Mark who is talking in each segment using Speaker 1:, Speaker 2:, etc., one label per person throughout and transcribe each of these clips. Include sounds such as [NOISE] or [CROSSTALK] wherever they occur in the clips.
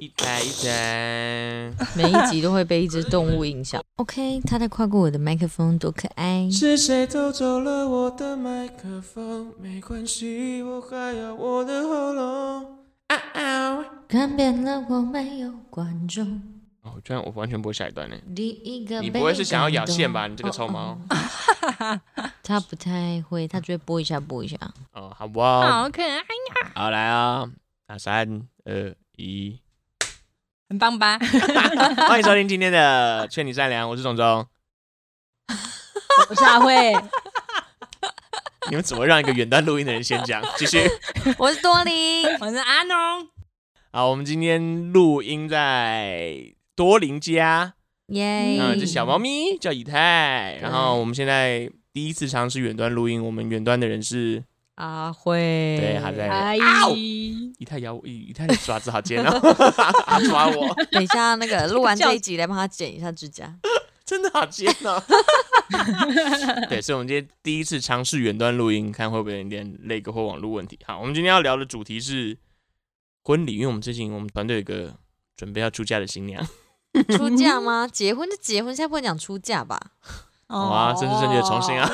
Speaker 1: 一呆一呆，
Speaker 2: 每一集都会被一只动物影响。OK，它在 [LAUGHS] 跨过我的麦克风，多可爱！
Speaker 1: 是谁偷走了我的麦克风？没关系，我还有我的喉咙。啊啊！
Speaker 2: 看遍了我没有观众，
Speaker 1: 哦，居然我完全不会下一段呢。
Speaker 2: 第一个
Speaker 1: 你不会是想要
Speaker 2: 被
Speaker 1: 咬
Speaker 2: 感哦动
Speaker 1: 线吧？你这个臭猫！！
Speaker 2: [LAUGHS] 他不太会，他只会播一下播一下。
Speaker 1: 哦，好不好？
Speaker 2: 可爱！
Speaker 1: 好来啊、那三二一，
Speaker 3: 很棒吧？
Speaker 1: 欢迎收听今天的《劝你善良》，我是钟钟。
Speaker 3: 我是阿 [LAUGHS] 慧，
Speaker 1: 你们怎么让一个远端录音的人先讲？继续。
Speaker 2: 我是多林，
Speaker 3: 我是阿农。
Speaker 1: 好，我们今天录音在多林家，
Speaker 2: 耶！
Speaker 1: 嗯，这小猫咪叫以太。然后我们现在第一次尝试远端录音，我们远端的人是
Speaker 2: 阿慧，
Speaker 1: 对还在
Speaker 3: 阿
Speaker 1: 啊哦
Speaker 3: 姨，
Speaker 1: 以太咬我，以以太的爪子好尖哦， [LAUGHS] 它抓我，
Speaker 2: 等一下，那个录完这一集来帮他剪一下指 [LAUGHS] 甲。
Speaker 1: 真的好尖 [LAUGHS] 哦。对，所以我们今天第一次尝试远端录音，看会不会有点那个或网络问题。好，我们今天要聊的主题是婚礼，因为我们最近我们团队有一个准备要出嫁的新娘。
Speaker 2: 出嫁吗？结婚就结婚，现在不能讲出嫁吧？
Speaker 3: 哦
Speaker 1: 哇，真是正确的重新啊！！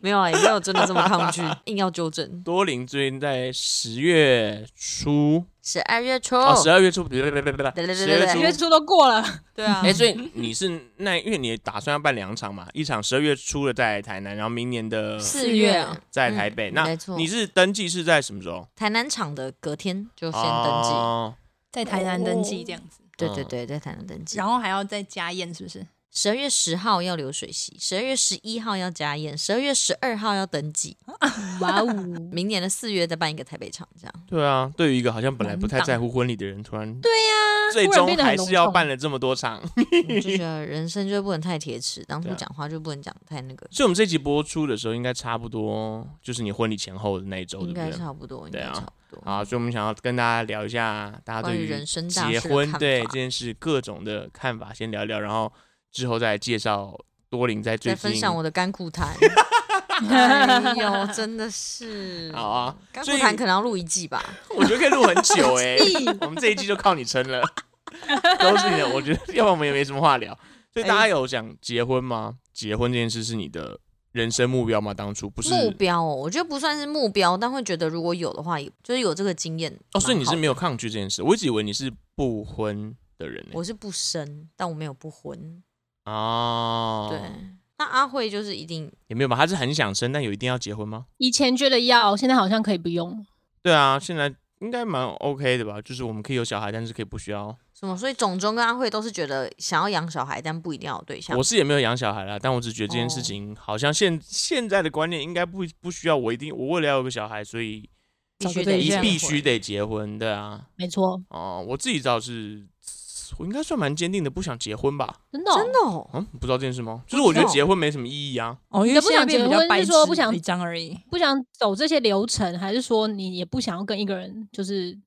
Speaker 2: 没有啊，也没有真的这么抗拒， [LAUGHS] 硬要纠正。
Speaker 1: 多林最近在十月初
Speaker 2: 十二月初，
Speaker 1: 哦，十二月初，别别别别
Speaker 2: 对
Speaker 1: 别，
Speaker 2: 对对
Speaker 1: 十
Speaker 2: 对对
Speaker 3: 十
Speaker 1: 月
Speaker 3: 月
Speaker 1: 初。
Speaker 3: 初都过了，
Speaker 2: 对啊，
Speaker 1: 哎，所以你是那，因为你打算要办两场嘛，一场十二月初的在台南，然后明年的
Speaker 2: 四月
Speaker 1: 在台北。
Speaker 2: 嗯
Speaker 1: 那
Speaker 2: 没错
Speaker 1: 你是登记是在什么时候？
Speaker 2: 台南场的隔天就先登记，
Speaker 1: 哦
Speaker 3: 在哎台南登记这样子，
Speaker 2: 对
Speaker 1: 嗯
Speaker 2: 对对，在台南登记
Speaker 3: 然。后还要再家宴，是不是？
Speaker 2: 十二月十号要流水席，十二月十一号要家宴，十二月十二号要登记，
Speaker 3: 哇哦！
Speaker 2: 明年的四月再办一个台北场，这样 [LAUGHS]
Speaker 1: 对啊，对于一个好像本来不太
Speaker 3: 满档
Speaker 1: 在乎婚礼的人，突然
Speaker 2: 啊
Speaker 1: 对呀，最
Speaker 3: 突然
Speaker 1: 终
Speaker 3: 变得很
Speaker 1: 还
Speaker 3: 隆
Speaker 1: 是要
Speaker 3: 重
Speaker 1: 办了这么多场。 [LAUGHS]
Speaker 2: 我就觉得人生就不能太铁齿，当初
Speaker 1: 对啊
Speaker 2: 讲话就不能讲太那个，
Speaker 1: 所以我们这集播出的时候，应该差不多就是你婚礼前后的那一周，对
Speaker 2: 应
Speaker 1: 不对
Speaker 2: 该？差不多，应
Speaker 1: 对
Speaker 2: 该
Speaker 1: 啊
Speaker 2: 差不多。
Speaker 1: 啊，所以我们想要跟大家聊一下，大家
Speaker 2: 关
Speaker 1: 对
Speaker 2: 于
Speaker 1: 于
Speaker 2: 人生大
Speaker 1: 结
Speaker 2: 事的
Speaker 1: 婚
Speaker 2: 看
Speaker 1: 对
Speaker 2: 法
Speaker 1: 这件事各种的看法，先聊一聊，然后之后再介绍多林在最
Speaker 2: 再
Speaker 1: 近
Speaker 2: 分享我的
Speaker 1: [LAUGHS]
Speaker 2: 甘苦谈。哎呦，真的是
Speaker 1: [LAUGHS] 好啊
Speaker 2: 甘苦
Speaker 1: 所以
Speaker 2: 谈可能要录一季吧。
Speaker 1: [LAUGHS] 我觉得可以录很久
Speaker 2: [LAUGHS]
Speaker 1: 哎、我们这一季就靠你撑了， [LAUGHS] 都是你的。我觉得，要不然我们也没什么话聊。所以大家有想结婚吗？结婚这件事是你的人生目标吗？当初不是
Speaker 2: 目标哦，我觉得不算是目标，但会觉得如果有的话，也就是有这个经验。
Speaker 1: 哦，所以你是没
Speaker 2: 有，
Speaker 1: 有抗拒这件事。我一直以为你是不婚的人欸呢、
Speaker 2: 我是不生，但我没有不婚。
Speaker 1: 哦，
Speaker 2: 对，，那阿慧就是一定
Speaker 1: 也没有吧？他是很想生，但有一定要结婚吗？
Speaker 3: 以前觉得要，现在好像可以不用。
Speaker 1: 对啊，现在应该蛮 OK 的吧？就是我们可以有小孩，但是可以不需要。
Speaker 2: 什么，所以种种跟阿慧都是觉得想要养小孩，但不一定要有对象
Speaker 1: 我。是也没有养小孩啦，但我只觉得这件事
Speaker 2: 哦
Speaker 1: 情好像现、现在的观念应该不不需要我一定我为了要有个小孩，所以
Speaker 2: 必须
Speaker 3: 找
Speaker 2: 得
Speaker 3: 个对
Speaker 1: 一
Speaker 3: 象
Speaker 1: 必须得结婚，对啊。
Speaker 3: 没错，
Speaker 1: 哦，我自己倒是我应该算蛮坚定的，不想结婚吧？
Speaker 3: 真的哦
Speaker 2: 真的哦，
Speaker 1: 嗯，不知道这件事吗？就是
Speaker 2: 不
Speaker 1: 我
Speaker 2: 知
Speaker 1: 觉得
Speaker 2: 道
Speaker 1: 结婚没什么意义啊。
Speaker 4: 哦，因
Speaker 3: 你
Speaker 4: 为
Speaker 3: 不
Speaker 4: 现在
Speaker 3: 想
Speaker 4: 变
Speaker 3: 结
Speaker 4: 比较
Speaker 3: 婚
Speaker 4: 白
Speaker 3: 是
Speaker 4: 痴
Speaker 3: 说不想
Speaker 4: 一张而已。
Speaker 3: 不想走这些流程，还是说你也不想要跟一个人就是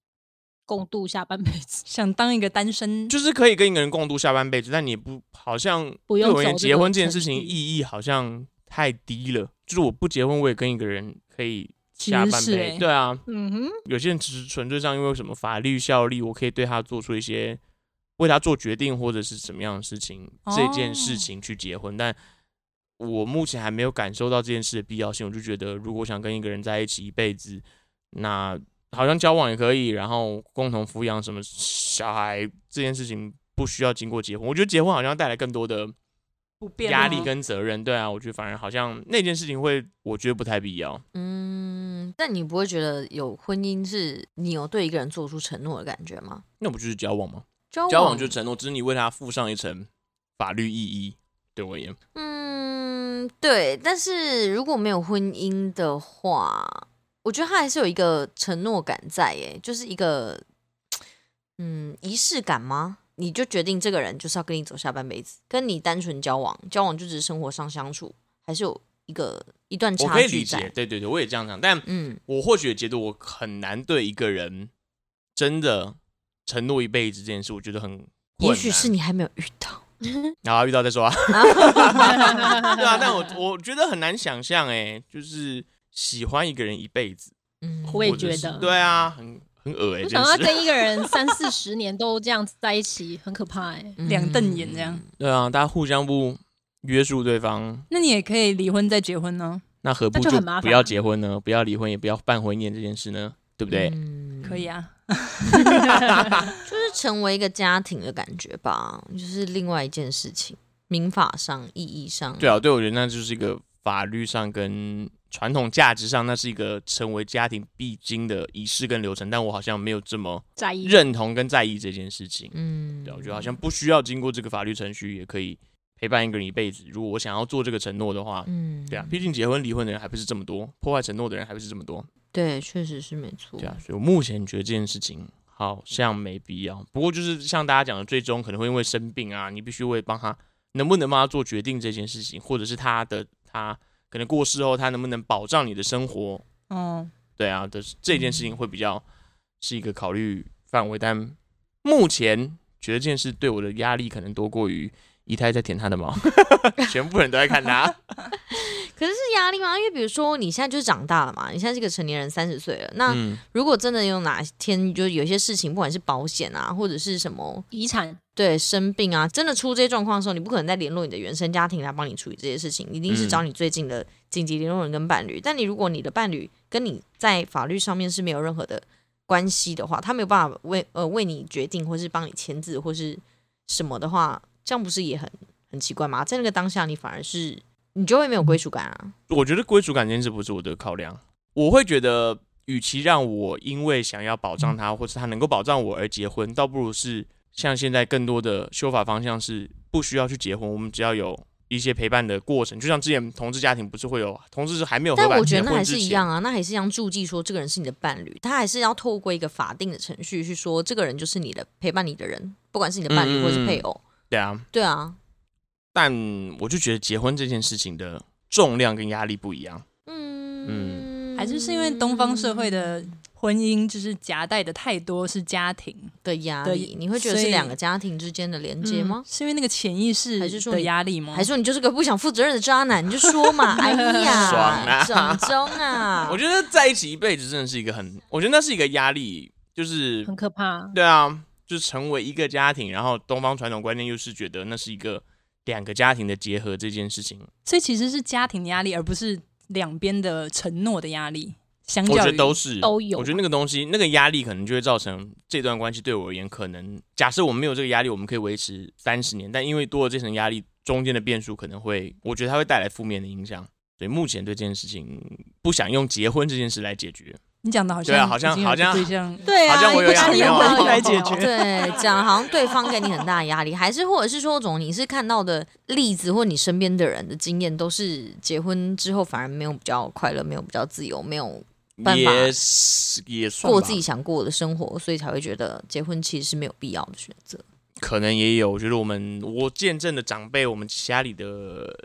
Speaker 3: 共度下半辈子？
Speaker 4: 想当一个单身，
Speaker 1: 就是可以跟一个人共度下半辈子，但你不好像
Speaker 3: 不
Speaker 1: 对
Speaker 3: 用
Speaker 1: 我而言
Speaker 3: 走这
Speaker 1: 结
Speaker 3: 个
Speaker 1: 婚这件
Speaker 3: 程
Speaker 1: 事情
Speaker 3: 序
Speaker 1: 意义好像太低了。就是我不结婚，我也跟一个人可以下
Speaker 4: 其实
Speaker 1: 半
Speaker 4: 是
Speaker 1: 辈子。
Speaker 4: 欸
Speaker 1: 对啊，
Speaker 3: 嗯哼，
Speaker 1: 有些人只是纯粹上因为什么法律效力，我可以对他做出一些为他做决定或者是什么样的事情，
Speaker 4: 哦
Speaker 1: 这件事情去结婚。但我目前还没有感受到这件事的必要性，我就觉得如果想跟一个人在一起一辈子，那好像交往也可以，然后共同抚养什么小孩这件事情不需要经过结婚。我觉得结婚好像带来更多的
Speaker 4: 不哦变
Speaker 1: 压力
Speaker 4: 吗
Speaker 1: 跟责任，对啊，我觉得反而好像那件事情会，我觉得不太必要。
Speaker 2: 嗯，但你不会觉得有婚姻是你有对一个人做出承诺的感觉吗？
Speaker 1: 那不就是交往吗？
Speaker 2: 交往
Speaker 1: 交往就是承诺，只是你为他附上一层法律意义。对我而言，
Speaker 2: 嗯，对，但是如果没有婚姻的话，我觉得他还是有一个承诺感在，耶，就是一个嗯仪式感吗？你就决定这个人就是要跟你走下半辈子，跟你单纯交往，交往就只是生活上相处，还是有一个一段
Speaker 1: 我
Speaker 2: 差
Speaker 1: 可以
Speaker 2: 距
Speaker 1: 理解
Speaker 2: 在，。
Speaker 1: 对对对，我也这样想，但
Speaker 2: 嗯，
Speaker 1: 我或许也觉得我很难对一个人真的承诺一辈子这件事，我觉得很困难。嗯
Speaker 2: 也许是你还没有遇到，
Speaker 1: 然后遇到再说啊。 [LAUGHS] 对啊，但我我觉得很难想象，哎，就是喜欢一个人一辈子，
Speaker 2: 嗯，
Speaker 3: 我也
Speaker 1: 或者
Speaker 3: 觉
Speaker 1: 是
Speaker 3: 得
Speaker 1: 对啊，很很恶哎、真
Speaker 3: 我想要
Speaker 1: 是。
Speaker 3: 跟一个人三四十年都这样子在一起，很可怕哎、
Speaker 2: 嗯
Speaker 4: 两瞪眼这样。
Speaker 1: 对啊，大家互相不约束对方，
Speaker 4: 那你也可以离婚再结婚呢，
Speaker 1: 那何不
Speaker 3: 那就很麻
Speaker 1: 不
Speaker 3: 烦
Speaker 1: 要结婚呢？不要离婚，也不要办婚宴这件事呢？对不对？
Speaker 2: 嗯
Speaker 4: 可以啊。
Speaker 2: 就是成为一个家庭的感觉吧，就是另外一件事情，民法上、意义上，
Speaker 1: 对啊，对我觉得那就是一个法律上跟传统价值上，那是一个成为家庭必经的仪式跟流程，但我好像没有这么
Speaker 3: 在意
Speaker 1: 认同跟在意这件事情。
Speaker 2: 嗯，
Speaker 1: 对啊，我觉得好像不需要经过这个法律程序，也可以陪伴一个人一辈子。如果我想要做这个承诺的话，
Speaker 2: 嗯，
Speaker 1: 对啊，毕竟结婚离婚的人还不是这么多，破坏承诺的人还不是这么多，
Speaker 2: 对，确实是没错，
Speaker 1: 对啊，所以我目前觉得这件事情好像没必要。不过就是像大家讲的，最终可能会因为生病啊，你必须为帮他能不能帮他做决定这件事情，或者是他的他可能过世后，他能不能保障你的生活，
Speaker 4: 哦，
Speaker 1: 对啊的这件事情会比较是一个考虑范围，但目前觉得这件事对我的压力可能多过于姨太在舔他的毛， [LAUGHS] 全部人都在看他，
Speaker 2: 可是是压力吗？因为比如说你现在就是长大了嘛，你现在是个成年人，三十岁了，那
Speaker 1: 嗯，
Speaker 2: 如果真的有哪天就有一些事情，不管是保险啊，或者是什么
Speaker 3: 遗产，
Speaker 2: 对生病啊，真的出这些状况的时候，你不可能再联络你的原生家庭来帮你处理这些事情，一定是
Speaker 1: 嗯
Speaker 2: 找你最近的紧急联络人跟伴侣。但你如果你的伴侣跟你在法律上面是没有任何的关系的话，他没有办法为呃为你决定，或是帮你签字，或是什么的话，这样不是也很很奇怪吗？在那个当下，你反而是你就会没有归属感啊。
Speaker 1: 我觉得归属感这件事不是我的考量，我会觉得，与其让我因为想要保障他，或是他能够保障我而结婚，倒不如是像现在更多的修法方向是不需要去结婚，我们只要有一些陪伴的过程，就像之前同志家庭不是会有同志是还没有合
Speaker 2: 但
Speaker 1: 法
Speaker 2: 我觉
Speaker 1: 结
Speaker 2: 得那还
Speaker 1: 婚之
Speaker 2: 是一
Speaker 1: 前
Speaker 2: 样，啊，那还是一样注记说这个人是你的伴侣，他还是要透过一个法定的程序去说这个人就是你的陪伴你的人，不管是你的
Speaker 1: 嗯
Speaker 2: 伴侣
Speaker 1: 嗯
Speaker 2: 或是配偶。
Speaker 1: 对啊，
Speaker 2: 对啊，
Speaker 1: 但我就觉得结婚这件事情的重量跟压力不一样，
Speaker 2: 嗯，
Speaker 4: 还是是因为东方社会的婚姻就是夹带的太多是家庭，
Speaker 2: 的压
Speaker 4: 的
Speaker 2: 力，你会觉得
Speaker 4: 所
Speaker 2: 是
Speaker 4: 以嗯
Speaker 2: 两个家庭之间的连接嗯吗？
Speaker 4: 是因为那个潜意识
Speaker 2: 还是说
Speaker 4: 的
Speaker 2: 你
Speaker 4: 压力吗？
Speaker 2: 还是说你就是个不想负责任的渣男？你就说
Speaker 4: [LAUGHS]
Speaker 2: 嘛，哎
Speaker 1: 爽啊
Speaker 2: 呀，掌中啊
Speaker 1: 我，觉得在一起一辈子真的是一个很，我觉得那是一个压力，就是
Speaker 3: 很可怕。
Speaker 1: 对啊，就是成为一个家庭，然后东方传统观念又是觉得那是一个两个家庭的结合这件事情，
Speaker 4: 所以其实是家庭的压力，而不是两边的承诺的压力。相
Speaker 1: 我觉
Speaker 4: 较
Speaker 1: 得
Speaker 4: 于
Speaker 1: 都是
Speaker 3: 都有
Speaker 1: 我觉得那个东西，那个压力可能就会造成这段关系对我而言，可能假设我们没有这个压力，我们可以维持三十年，但因为多了这层压力，中间的变数可能会，我觉得它会带来负面的影响。所以目前对这件事情不想用结婚这件事来解决，
Speaker 4: 你讲的好像
Speaker 1: 对啊好像
Speaker 4: 已经有
Speaker 1: 好像
Speaker 4: 对象
Speaker 3: 对
Speaker 1: 好像我有
Speaker 4: 压
Speaker 1: 没
Speaker 4: 力
Speaker 1: 有
Speaker 4: 用
Speaker 1: 啊
Speaker 4: 婚姻来解
Speaker 3: 哦
Speaker 4: 决。
Speaker 2: 对，讲得好像对方给你很大的压力，还是或者是说，总你是看到的例子或你身边的人的经验，都是结婚之后反而没有比较快乐，没有比较自由， [LAUGHS] 没有办法
Speaker 1: 也是也算
Speaker 2: 过
Speaker 1: 吧
Speaker 2: 自己想过的生活，所以才会觉得结婚其实是没有必要的选择。
Speaker 1: 可能也有，我觉得我们我见证的长辈，我们家里的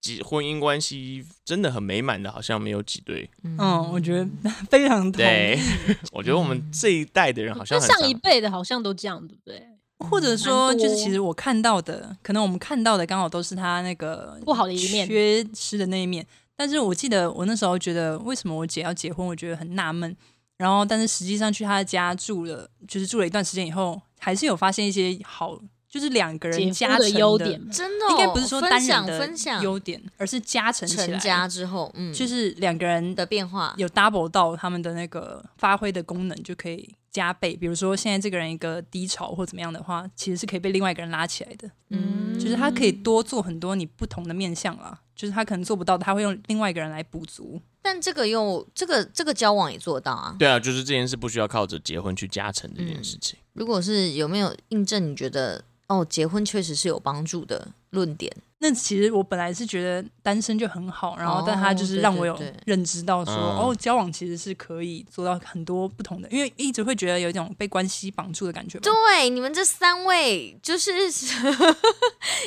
Speaker 1: 几婚姻关系真的很美满的，好像没有几对。
Speaker 4: 嗯，我觉得 [LAUGHS] 非常同意
Speaker 1: 对， [LAUGHS] 我觉得我们这一代的人好像
Speaker 3: 那
Speaker 1: 很
Speaker 3: 上一辈的好像都这样，对不对？
Speaker 4: 或者说，
Speaker 3: 嗯蛮多
Speaker 4: 就是其实我看到的，可能我们看到的刚好都是他那个
Speaker 3: 不好的一面
Speaker 4: 缺失的那一面。但是我记得我那时候觉得，为什么我姐要结婚，我觉得很纳闷。然后，但是实际上去她的家住了，就是住了一段时间以后，还是有发现一些好，就是两个人
Speaker 3: 结
Speaker 4: 加
Speaker 3: 婚
Speaker 4: 成
Speaker 3: 的优点，哦嘛，
Speaker 2: 真的、
Speaker 4: 应该不是说
Speaker 2: 分
Speaker 4: 单人
Speaker 2: 享
Speaker 4: 的
Speaker 2: 分享
Speaker 4: 优点，而是加成起
Speaker 2: 成
Speaker 4: 来，
Speaker 2: 家之后，嗯，
Speaker 4: 就是两个人
Speaker 2: 的变化，
Speaker 4: 有 double 到他们的那个发挥的功能，就可以加倍。比如说现在这个人一个低潮或怎么样的话，其实是可以被另外一个人拉起来的。
Speaker 2: 嗯，
Speaker 4: 就是他可以多做很多你不同的面向啦，就是他可能做不到的，他会用另外一个人来补足。
Speaker 2: 但这个又这个这个交往也做到啊。
Speaker 1: 对啊，就是这件事不需要靠着结婚去加成这件事情。
Speaker 2: 如果是有没有印证？你觉得哦，结婚确实是有帮助的论点，
Speaker 4: 那其实我本来是觉得单身就很好，然后
Speaker 2: 哦
Speaker 4: 但他就是让我有
Speaker 2: 对对对
Speaker 4: 认知到说，
Speaker 1: 嗯
Speaker 4: 哦，交往其实是可以做到很多不同的，因为一直会觉得有一种被关系绑住的感觉吧。
Speaker 2: 对，你们这三位就是 [LAUGHS]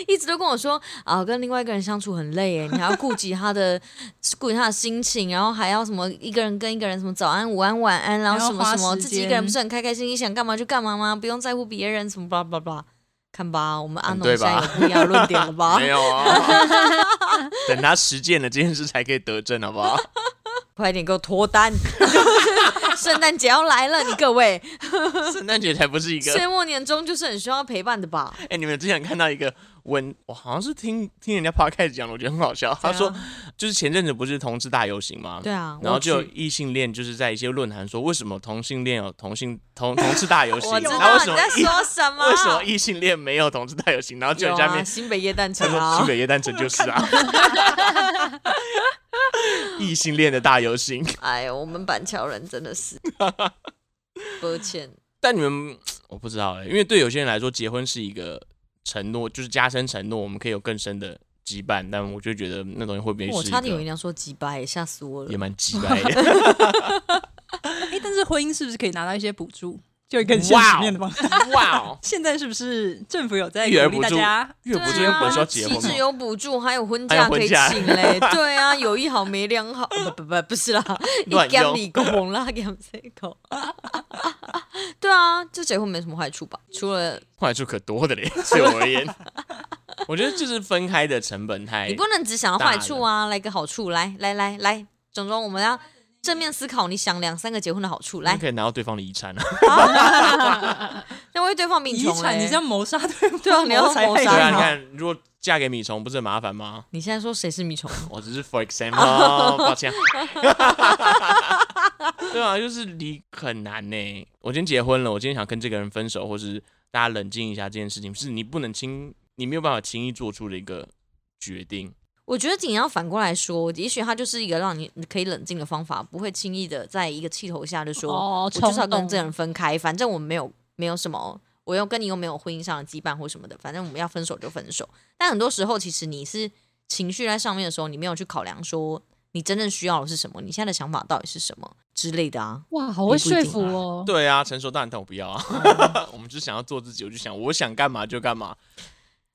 Speaker 2: 一直都跟我说啊，跟另外一个人相处很累哎，你还要顾及他的顾及他的心情，然后还要什么一个人跟一个人什么早安、午安、晚安，然后
Speaker 4: 还要
Speaker 2: 什么
Speaker 4: 花
Speaker 2: 什么，
Speaker 4: 时
Speaker 2: 自己一个人
Speaker 4: 间
Speaker 2: 不是很开开心心，想干嘛就干嘛吗？不用在乎别人什么巴拉巴拉巴拉。看吧，我们阿
Speaker 1: 很
Speaker 2: 农
Speaker 1: 嗯对
Speaker 2: 现在
Speaker 1: 吧
Speaker 2: 有不一样的论点了
Speaker 3: 嗯
Speaker 1: [LAUGHS]
Speaker 2: 吧？
Speaker 1: 没有啊，等他实践了这件事才可以得证，好不好？
Speaker 2: 快点给我脱单！ [LAUGHS] 圣诞节要来了，你各位，
Speaker 1: 圣诞节才不是一个。
Speaker 2: 岁末年终就是很需要陪伴的吧？
Speaker 1: 哎、你们之前看到一个文，我好像是听听人家 podcast 讲的，我觉得很好笑。他说，就是前阵子不是同志大游行吗？
Speaker 2: 对啊，
Speaker 1: 然后
Speaker 2: 我
Speaker 1: 就有
Speaker 2: 去
Speaker 1: 异性恋就是在一些论坛说，为什么同性恋有同
Speaker 2: [LAUGHS]
Speaker 1: 性同同志大游行，
Speaker 2: 我知
Speaker 1: 然后
Speaker 2: 道
Speaker 1: 为
Speaker 2: 你
Speaker 1: 什么
Speaker 2: 在
Speaker 1: 异 [LAUGHS]
Speaker 2: 说什么，
Speaker 1: 为什么异性恋没有同志大游行？然后就
Speaker 2: 有
Speaker 1: 有下
Speaker 2: 啊
Speaker 1: 面
Speaker 2: 新北夜蛋
Speaker 1: 他
Speaker 2: 城
Speaker 1: 说
Speaker 2: 啊
Speaker 1: 新，北夜诞城就是啊，
Speaker 2: [LAUGHS]
Speaker 1: [LAUGHS] 异性恋的大游行。
Speaker 2: 哎呦，我们板桥人真的是，抱歉，
Speaker 1: 但你们我不知道哎、因为对有些人来说，结婚是一个承诺，就是加深承诺，我们可以有更深的羁绊。但我就觉得那东西会不会
Speaker 2: 我
Speaker 1: 是一
Speaker 2: 差点以为
Speaker 1: 个
Speaker 2: 你要说几百，吓死我
Speaker 1: 也
Speaker 2: 了。
Speaker 1: 蛮鸡掰
Speaker 2: [LAUGHS]
Speaker 1: 的。
Speaker 4: 哎，但是婚姻是不是可以拿到一些补助？就一个很现
Speaker 1: 哇
Speaker 4: 实
Speaker 1: 哦
Speaker 4: 面的方式。
Speaker 1: 哇哦，
Speaker 4: 现在是不是政府有
Speaker 2: 哎
Speaker 4: 在
Speaker 1: 育儿
Speaker 4: 鼓励
Speaker 1: 补
Speaker 4: 大
Speaker 1: 助
Speaker 4: 家？
Speaker 1: 月补助
Speaker 2: 对
Speaker 1: 又
Speaker 2: 啊
Speaker 1: 不是要结婚
Speaker 2: 岂止
Speaker 1: [LAUGHS] 吗？
Speaker 2: 有补助，还有婚
Speaker 1: 还
Speaker 2: 假
Speaker 1: 有婚
Speaker 2: 可以
Speaker 1: 假
Speaker 2: 请
Speaker 1: [LAUGHS]
Speaker 2: 嘞。对啊，有一好没两好，呃不不不，不是啦，
Speaker 1: 乱
Speaker 2: 一
Speaker 1: 用
Speaker 2: 干你个红啦， [LAUGHS] 干这个。对啊，就结婚没什么坏处吧？除了
Speaker 1: 坏处可多的嘞，对我而言， [LAUGHS] 我觉得就是分开的成本太
Speaker 2: 你不能只想要坏处啊，来个好处，来来来来，总总我们要正面思考，你想两三个结婚的好处，来
Speaker 1: 你，可以拿到对方的遗
Speaker 2: [LAUGHS]
Speaker 1: 产啊。
Speaker 2: 那万一对方比你
Speaker 4: 遗
Speaker 2: 穷
Speaker 4: 产，你
Speaker 2: 嘞
Speaker 4: 这样谋杀 [LAUGHS] 对方，
Speaker 2: 对啊你要
Speaker 4: 才
Speaker 2: 谋
Speaker 4: 害
Speaker 2: 杀
Speaker 1: 对
Speaker 4: 人
Speaker 1: 啊，你
Speaker 2: 他
Speaker 1: 看，如果嫁给米虫，不是很麻烦吗？
Speaker 2: 你现在说谁是米虫？
Speaker 1: 我只是 for example，抱
Speaker 2: 哦 [LAUGHS]
Speaker 1: 歉。对啊，就是离很难呢。我今天结婚了，我今天想跟这个人分手，或是大家冷静一下这件事情，是你不能轻，你没有办法轻易做出的一个决定。
Speaker 2: 我觉得你要反过来说，也许它就是一个让你可以冷静的方法，不会轻易的在一个气头下就说，
Speaker 3: 哦
Speaker 2: 我就是要
Speaker 3: 冲动
Speaker 2: 跟这个人分开，反正我们没有没有什么，我又跟你又没有婚姻上的羁绊或什么的，反正我们要分手就分手。但很多时候，其实你是情绪在上面的时候，你没有去考量说你真正需要的是什么，你现在的想法到底是什么之类的啊。
Speaker 3: 哇，好
Speaker 2: 也不
Speaker 3: 会
Speaker 2: 一
Speaker 3: 说
Speaker 2: 定
Speaker 3: 服哦。
Speaker 1: 对啊，成熟大人，但我不
Speaker 2: [LAUGHS]
Speaker 1: 要啊。我们就想要做自己，我就想我想干嘛就干嘛。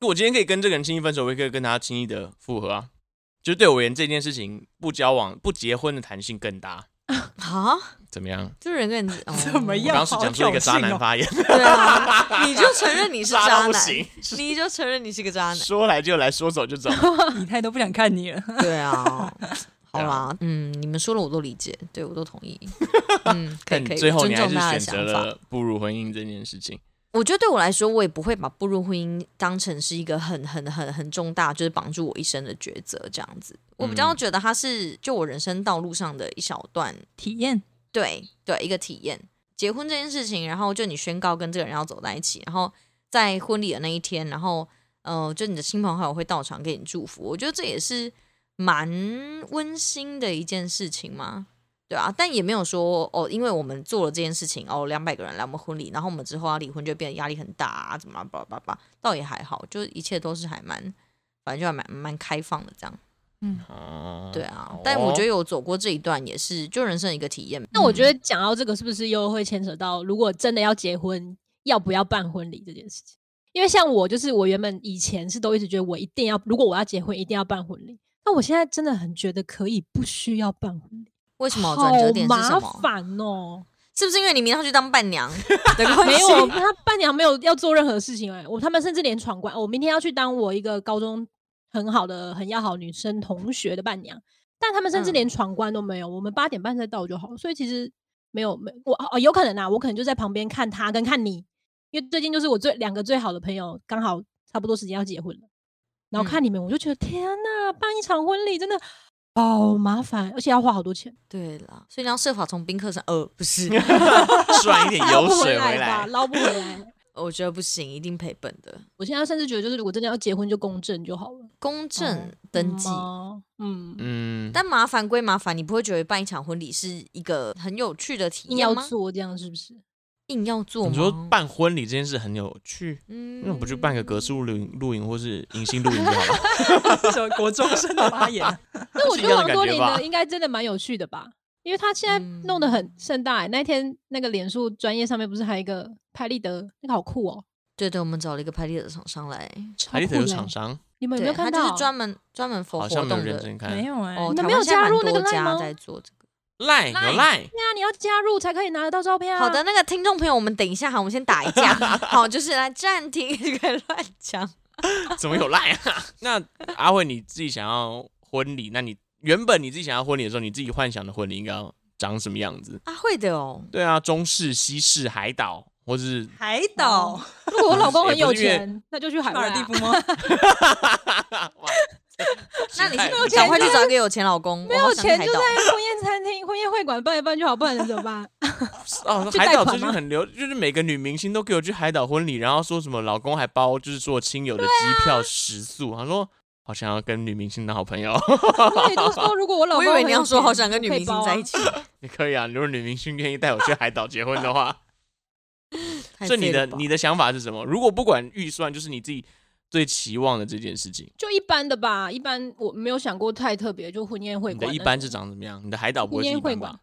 Speaker 1: 我今天可以跟这个人轻易分手，我也可以跟他轻易的复合啊。就是对我而言，这件事情不交往、不结婚的弹性更大。
Speaker 2: 啊，
Speaker 1: 怎么样？
Speaker 2: 这人 [LAUGHS] 跟人、哦、
Speaker 4: 怎么
Speaker 1: 我
Speaker 4: 样
Speaker 1: 刚刚是讲出一个渣男发言，
Speaker 2: 对啊，你就承认你是
Speaker 1: [LAUGHS] 渣
Speaker 2: 渣
Speaker 1: 到不
Speaker 2: 男，
Speaker 1: 行，
Speaker 2: 你就承认你是个渣男。
Speaker 1: 说来就来，说走就
Speaker 2: [LAUGHS]
Speaker 1: 走。
Speaker 4: 以太都不想看你了。
Speaker 2: 对啊，好
Speaker 1: 对
Speaker 2: 啦，嗯，你们说了我都理解，对我都同 [LAUGHS] 意。嗯，可以
Speaker 1: 但
Speaker 2: 可以，
Speaker 1: 最后
Speaker 2: 我
Speaker 1: 你还
Speaker 2: 尊重大家
Speaker 1: 是选
Speaker 2: 的
Speaker 1: 择
Speaker 2: 想法。
Speaker 1: 了步入婚姻这件事情。
Speaker 2: 我觉得对我来说，我也不会把步入婚姻当成是一个很很很很重大，就是绑住我一生的抉择这样子。我比较
Speaker 1: 嗯
Speaker 2: 觉得它是就我人生道路上的一小段，
Speaker 4: [LAUGHS] 体验
Speaker 2: 对对，一个体验。结婚这件事情，然后就你宣告跟这个人要走在一起，然后在婚礼的那一天，然后呃，就你的亲朋好友会到场给你祝福，我觉得这也是蛮温馨的一件事情嘛，对啊，但也没有说哦，因为我们做了这件事情，哦，两百个人来我们婚礼，然后我们之后要离婚就变得压力很大啊，怎么啦，叭叭叭，倒也还好，就一切都是还蛮，反正就还蛮蛮开放的这样，
Speaker 1: 啊
Speaker 2: 对啊，但我觉得有走过这一段也是就人生一个体验。
Speaker 3: 那我觉
Speaker 2: 嗯
Speaker 3: 得讲到这个，是不是又会牵扯到，如果真的要结婚，要不要办婚礼这件事情？因为像我，就是我原本以前是都一直觉得我一定要，如果我要结婚，一定要办婚礼。那我现在真的很觉得可以不需要办婚礼，
Speaker 2: 为什么
Speaker 3: 好
Speaker 2: 转折点是什
Speaker 3: 麻
Speaker 2: 么？
Speaker 3: 烦哦、
Speaker 2: 是不是因为你明天要去当伴娘 [LAUGHS] 的
Speaker 4: [LAUGHS] 啊
Speaker 2: 关系？
Speaker 3: 没有，啊他伴娘没有要做任何事情哎、我他们甚至连闯关，哦我明天要去当我一个高中很好的、很要好女生同学的伴娘，但他们甚至
Speaker 2: 嗯
Speaker 3: 连闯关都没有。我们八点半再到就好，所以其实没有没我哦，有可能啊，我可能就在旁边看他跟看你，因为最近就是我最两个最好的朋友刚好差不多时间要结婚了，然后看你们，我就觉得天呐，办一场婚礼真的好麻烦，而且要花好多钱。
Speaker 2: 对啦，所以你要设法从宾客上，呃， [LAUGHS] 不是，
Speaker 1: [LAUGHS] 赚一点
Speaker 3: 捞
Speaker 1: 油
Speaker 3: 不
Speaker 1: 水
Speaker 3: 来
Speaker 1: 回
Speaker 3: 吧，
Speaker 2: [LAUGHS]
Speaker 1: 来。
Speaker 3: 捞不回来。
Speaker 2: 我觉得不行，一定赔本的。
Speaker 3: 我现在甚至觉得，就是如果真的要结婚，就公证就好了，
Speaker 2: 公证登记，
Speaker 3: 吗哦嗯，
Speaker 1: 嗯，
Speaker 2: 但麻烦归麻烦，你不会觉得办一场婚礼是一个很有趣的体
Speaker 3: 硬
Speaker 2: 验
Speaker 3: 要
Speaker 2: 吗？
Speaker 3: 做这样是不是？
Speaker 2: 硬要做吗？
Speaker 1: 你说，办婚礼这件事很有趣，
Speaker 2: 嗯
Speaker 1: 那我们不去办个格式露营、露营或是迎新露营就好
Speaker 2: [LAUGHS]
Speaker 1: 了？
Speaker 4: 是什么国中生的
Speaker 1: [LAUGHS]
Speaker 4: 发言？
Speaker 3: [LAUGHS] 那我
Speaker 1: 是
Speaker 3: 觉
Speaker 1: 一
Speaker 3: 得
Speaker 1: 样的
Speaker 3: 王
Speaker 1: 感
Speaker 3: 多
Speaker 1: 觉
Speaker 3: 林
Speaker 1: 吧
Speaker 3: 的应该真的蛮有趣的吧，因为他现在弄得很盛大、欸。那一天那个脸书专业上面不是还有一个拍立得，那个好酷哦、
Speaker 2: 对对，我们找了一个拍立得厂商来，
Speaker 3: 超
Speaker 1: 还立
Speaker 3: 酷
Speaker 1: 得有
Speaker 3: 的欸、
Speaker 1: 厂商，
Speaker 3: 你们有没
Speaker 2: 对，
Speaker 3: 有
Speaker 2: 他
Speaker 3: 看
Speaker 2: 就
Speaker 3: 到？
Speaker 2: 是专门专门佛
Speaker 1: 好
Speaker 2: 活
Speaker 1: 像
Speaker 2: 动
Speaker 1: 没有认
Speaker 2: 的。
Speaker 1: 真
Speaker 4: 没
Speaker 1: 看。
Speaker 4: 有哎、
Speaker 2: 哦，
Speaker 3: 你们
Speaker 2: 台
Speaker 3: 没有
Speaker 2: 湾现在
Speaker 3: 加
Speaker 2: 蛮
Speaker 3: 入那个
Speaker 2: 多
Speaker 3: Line
Speaker 2: 家
Speaker 3: 吗
Speaker 2: 在做这个。
Speaker 1: 赖有赖，
Speaker 2: [LAUGHS]
Speaker 3: 对啊，你要加入才可以拿得到照片啊。
Speaker 2: 好的，，那个听众朋友，我们等一下哈，我们先打一
Speaker 3: [LAUGHS]
Speaker 2: 架，好，就是来暂停，这个乱讲。
Speaker 1: [LAUGHS] 怎么有赖啊？那阿慧你自己想要婚礼，那你原本你自己想要婚礼的时候，你自己幻想的婚礼应该要长什么样子？
Speaker 2: 啊，会的哦。
Speaker 1: 对啊，中式、西式、海岛，或是
Speaker 4: 海岛
Speaker 3: 哦如果我老公很有
Speaker 1: 也不是
Speaker 3: 钱，那就去海
Speaker 4: 马
Speaker 3: 外
Speaker 4: 尔
Speaker 3: 啊、
Speaker 4: 蒂夫 [LAUGHS] 吗？
Speaker 1: 哇，
Speaker 2: 那你
Speaker 1: 心
Speaker 2: 是
Speaker 1: 态
Speaker 2: 不是赶快去
Speaker 3: 就是
Speaker 2: 找一个有钱老公？
Speaker 3: 没
Speaker 2: 我好
Speaker 3: 有
Speaker 2: 想去
Speaker 3: 钱
Speaker 2: 海
Speaker 3: 就
Speaker 2: 岛
Speaker 3: 在婚宴餐厅、婚宴会馆办一办就好，不然能怎么办？
Speaker 1: 哦，
Speaker 3: 去
Speaker 1: 海
Speaker 3: 贷
Speaker 1: 岛
Speaker 3: 款
Speaker 1: 最近
Speaker 3: 吗
Speaker 1: 很流，就是每个女明星都给我去海岛婚礼，然后说什么老公还包就是所有亲友
Speaker 3: 啊
Speaker 1: 的机票、食宿，他说好想要跟女明星当好朋友， [LAUGHS]
Speaker 3: 我也就说，如果我老
Speaker 2: 我
Speaker 3: 公
Speaker 2: 以为你
Speaker 3: 很
Speaker 2: 要
Speaker 3: 有
Speaker 2: 说
Speaker 3: 钱
Speaker 2: 好想跟女
Speaker 3: 可以
Speaker 2: 明星
Speaker 3: 包
Speaker 2: 在
Speaker 3: 啊
Speaker 2: 一起，
Speaker 1: 也可以啊。如果女明星愿意带我去海岛结婚的
Speaker 3: [LAUGHS]
Speaker 1: 话，
Speaker 2: 太
Speaker 1: [LAUGHS] 所以你
Speaker 2: 废
Speaker 1: 的
Speaker 2: 了吧
Speaker 1: 你的想法是什么？如果不管预算，就是你自己最期望的这件事情，
Speaker 3: 就一般的吧，一般我没有想过太特别，就婚宴会
Speaker 1: 你的
Speaker 3: 馆那种。
Speaker 1: 一般是长怎么样？你的海岛啊不
Speaker 3: 婚
Speaker 1: 会是
Speaker 3: 宴
Speaker 1: 一
Speaker 3: 会
Speaker 1: 般
Speaker 3: 馆
Speaker 1: 吧？，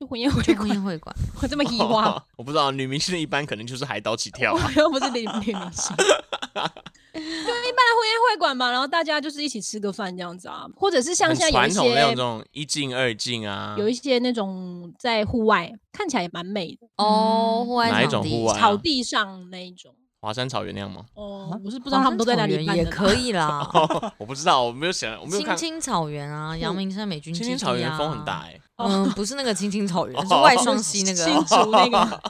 Speaker 3: 就婚宴会
Speaker 2: 去婚
Speaker 3: 馆，
Speaker 2: 宴会馆，
Speaker 3: 我这么移花，
Speaker 1: [LAUGHS] 我不知道，女明星的一般可能就是海岛起跳
Speaker 3: [LAUGHS] 我
Speaker 1: 啊。
Speaker 3: 又不是女女明星，就一般的
Speaker 1: [LAUGHS]
Speaker 3: 婚宴会馆嘛，然后大家就是一起吃个饭这样子啊，或者是像
Speaker 1: 很
Speaker 3: 现在有
Speaker 1: 传
Speaker 3: 一
Speaker 1: 统那
Speaker 3: 些
Speaker 1: 种一进二进啊，
Speaker 3: 有一些那种在户外看起来也蛮美的，
Speaker 2: [LAUGHS] 哦，
Speaker 4: 嗯
Speaker 2: 户外
Speaker 1: 哪一
Speaker 2: 场
Speaker 1: 种户
Speaker 2: 地，哦
Speaker 1: 外啊
Speaker 3: 草地上那一种。
Speaker 1: 华山草原那样
Speaker 3: [LAUGHS]
Speaker 1: 吗？
Speaker 3: 哦
Speaker 4: 啊，
Speaker 3: 我是不知道他们都在哪里办
Speaker 2: 也
Speaker 3: 的啦。
Speaker 2: 可以啦。
Speaker 1: 我不知道，我没有想，我没有
Speaker 2: 青
Speaker 1: 看。
Speaker 2: 青草原啊，阳明山美军
Speaker 1: 青
Speaker 2: 基
Speaker 1: 青草
Speaker 2: 地
Speaker 1: 原
Speaker 2: 啊
Speaker 1: 风很大，哎、
Speaker 2: 嗯，不是那个青青草原，是
Speaker 1: 哦
Speaker 2: 外双溪那个
Speaker 3: [LAUGHS] 新竹那
Speaker 1: [LAUGHS]
Speaker 3: 个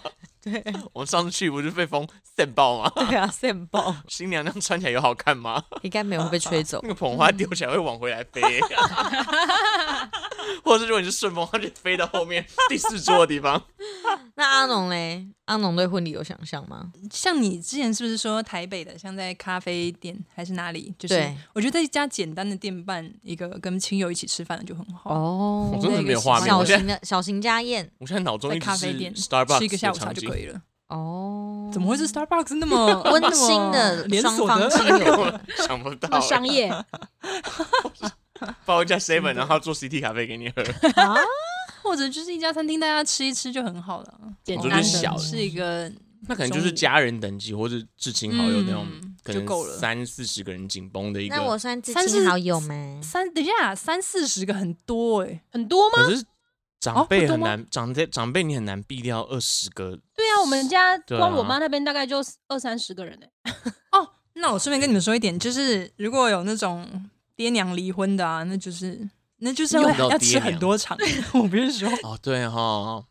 Speaker 1: 我们上次去不是被风扇爆吗？
Speaker 2: 对啊，线爆，
Speaker 1: 新娘那样穿起来有好看吗？
Speaker 2: [LAUGHS]
Speaker 1: [LAUGHS]
Speaker 2: 应该没有会被吹走
Speaker 1: 那。个捧花
Speaker 4: 嗯
Speaker 1: 丢起来会往回来飞、欸 [LAUGHS] 或者是如果你是顺风，它就飞到后面第四桌的地方。
Speaker 2: 那阿农嘞？阿农对婚礼有想象吗？
Speaker 4: 像你之前是不是说台北的，像在咖啡店还是哪里？就是
Speaker 2: 对
Speaker 4: 我觉得在一家简单的店办一个跟亲友一起吃饭的就很好。
Speaker 2: 哦
Speaker 1: 我真的没有画面，
Speaker 2: 小
Speaker 1: 我现
Speaker 2: 型
Speaker 1: 在
Speaker 2: 的小型家宴
Speaker 1: 我现在脑中
Speaker 4: 在
Speaker 1: 一
Speaker 4: 咖
Speaker 1: 直
Speaker 4: 啡
Speaker 1: 是
Speaker 4: 店吃一
Speaker 1: Starbucks
Speaker 4: 个
Speaker 1: 的
Speaker 4: 下午茶
Speaker 1: 场
Speaker 4: 就
Speaker 1: 景
Speaker 4: 可。以了。
Speaker 2: 哦，
Speaker 4: 怎么会是 Starbucks 那么 [LAUGHS]
Speaker 2: 温
Speaker 4: 那么
Speaker 2: 馨的
Speaker 4: [LAUGHS] 连
Speaker 2: 双
Speaker 4: 锁
Speaker 2: 方
Speaker 4: 的？
Speaker 1: [LAUGHS]
Speaker 2: 亲友？
Speaker 1: 想不
Speaker 3: 那
Speaker 1: 到、
Speaker 3: 么商
Speaker 1: 欸，
Speaker 3: 业
Speaker 1: 包一家 seven，然后做 CT 咖啡给你喝。
Speaker 3: 啊， [LAUGHS]
Speaker 4: 或者就是一家餐厅，大家吃一吃就很好了。
Speaker 3: 简
Speaker 1: 我觉
Speaker 3: 单
Speaker 1: 得
Speaker 3: 的
Speaker 1: 是小的
Speaker 4: 是一个
Speaker 1: 那可能就是家人等级，或是至亲好友那种，
Speaker 4: 嗯
Speaker 1: 可
Speaker 4: 就
Speaker 1: 能
Speaker 4: 够了
Speaker 1: 三四十个人紧绷的一个。
Speaker 2: 那我算至
Speaker 4: 三
Speaker 2: 亲
Speaker 4: 是
Speaker 2: 好友吗？
Speaker 4: 三，等一下三四十个很多哎、
Speaker 3: 很多吗？
Speaker 1: 可是长
Speaker 4: 哦
Speaker 1: 辈
Speaker 4: 不多
Speaker 1: 很
Speaker 4: 吗
Speaker 1: 难，长辈长辈你很难避掉二十个
Speaker 3: 对啊，我们家
Speaker 1: 对啊
Speaker 3: 光我妈那边大概就二三十个人欸呢。
Speaker 4: 哦，那我顺便跟你们说一点，就是如果有那种爹娘离婚的啊，那就是那就是
Speaker 1: 用
Speaker 4: 要
Speaker 1: 不到
Speaker 4: 要
Speaker 1: 爹
Speaker 4: 吃
Speaker 1: 娘
Speaker 4: 很多场。 [LAUGHS] 我不是说，
Speaker 1: 哦，对哈，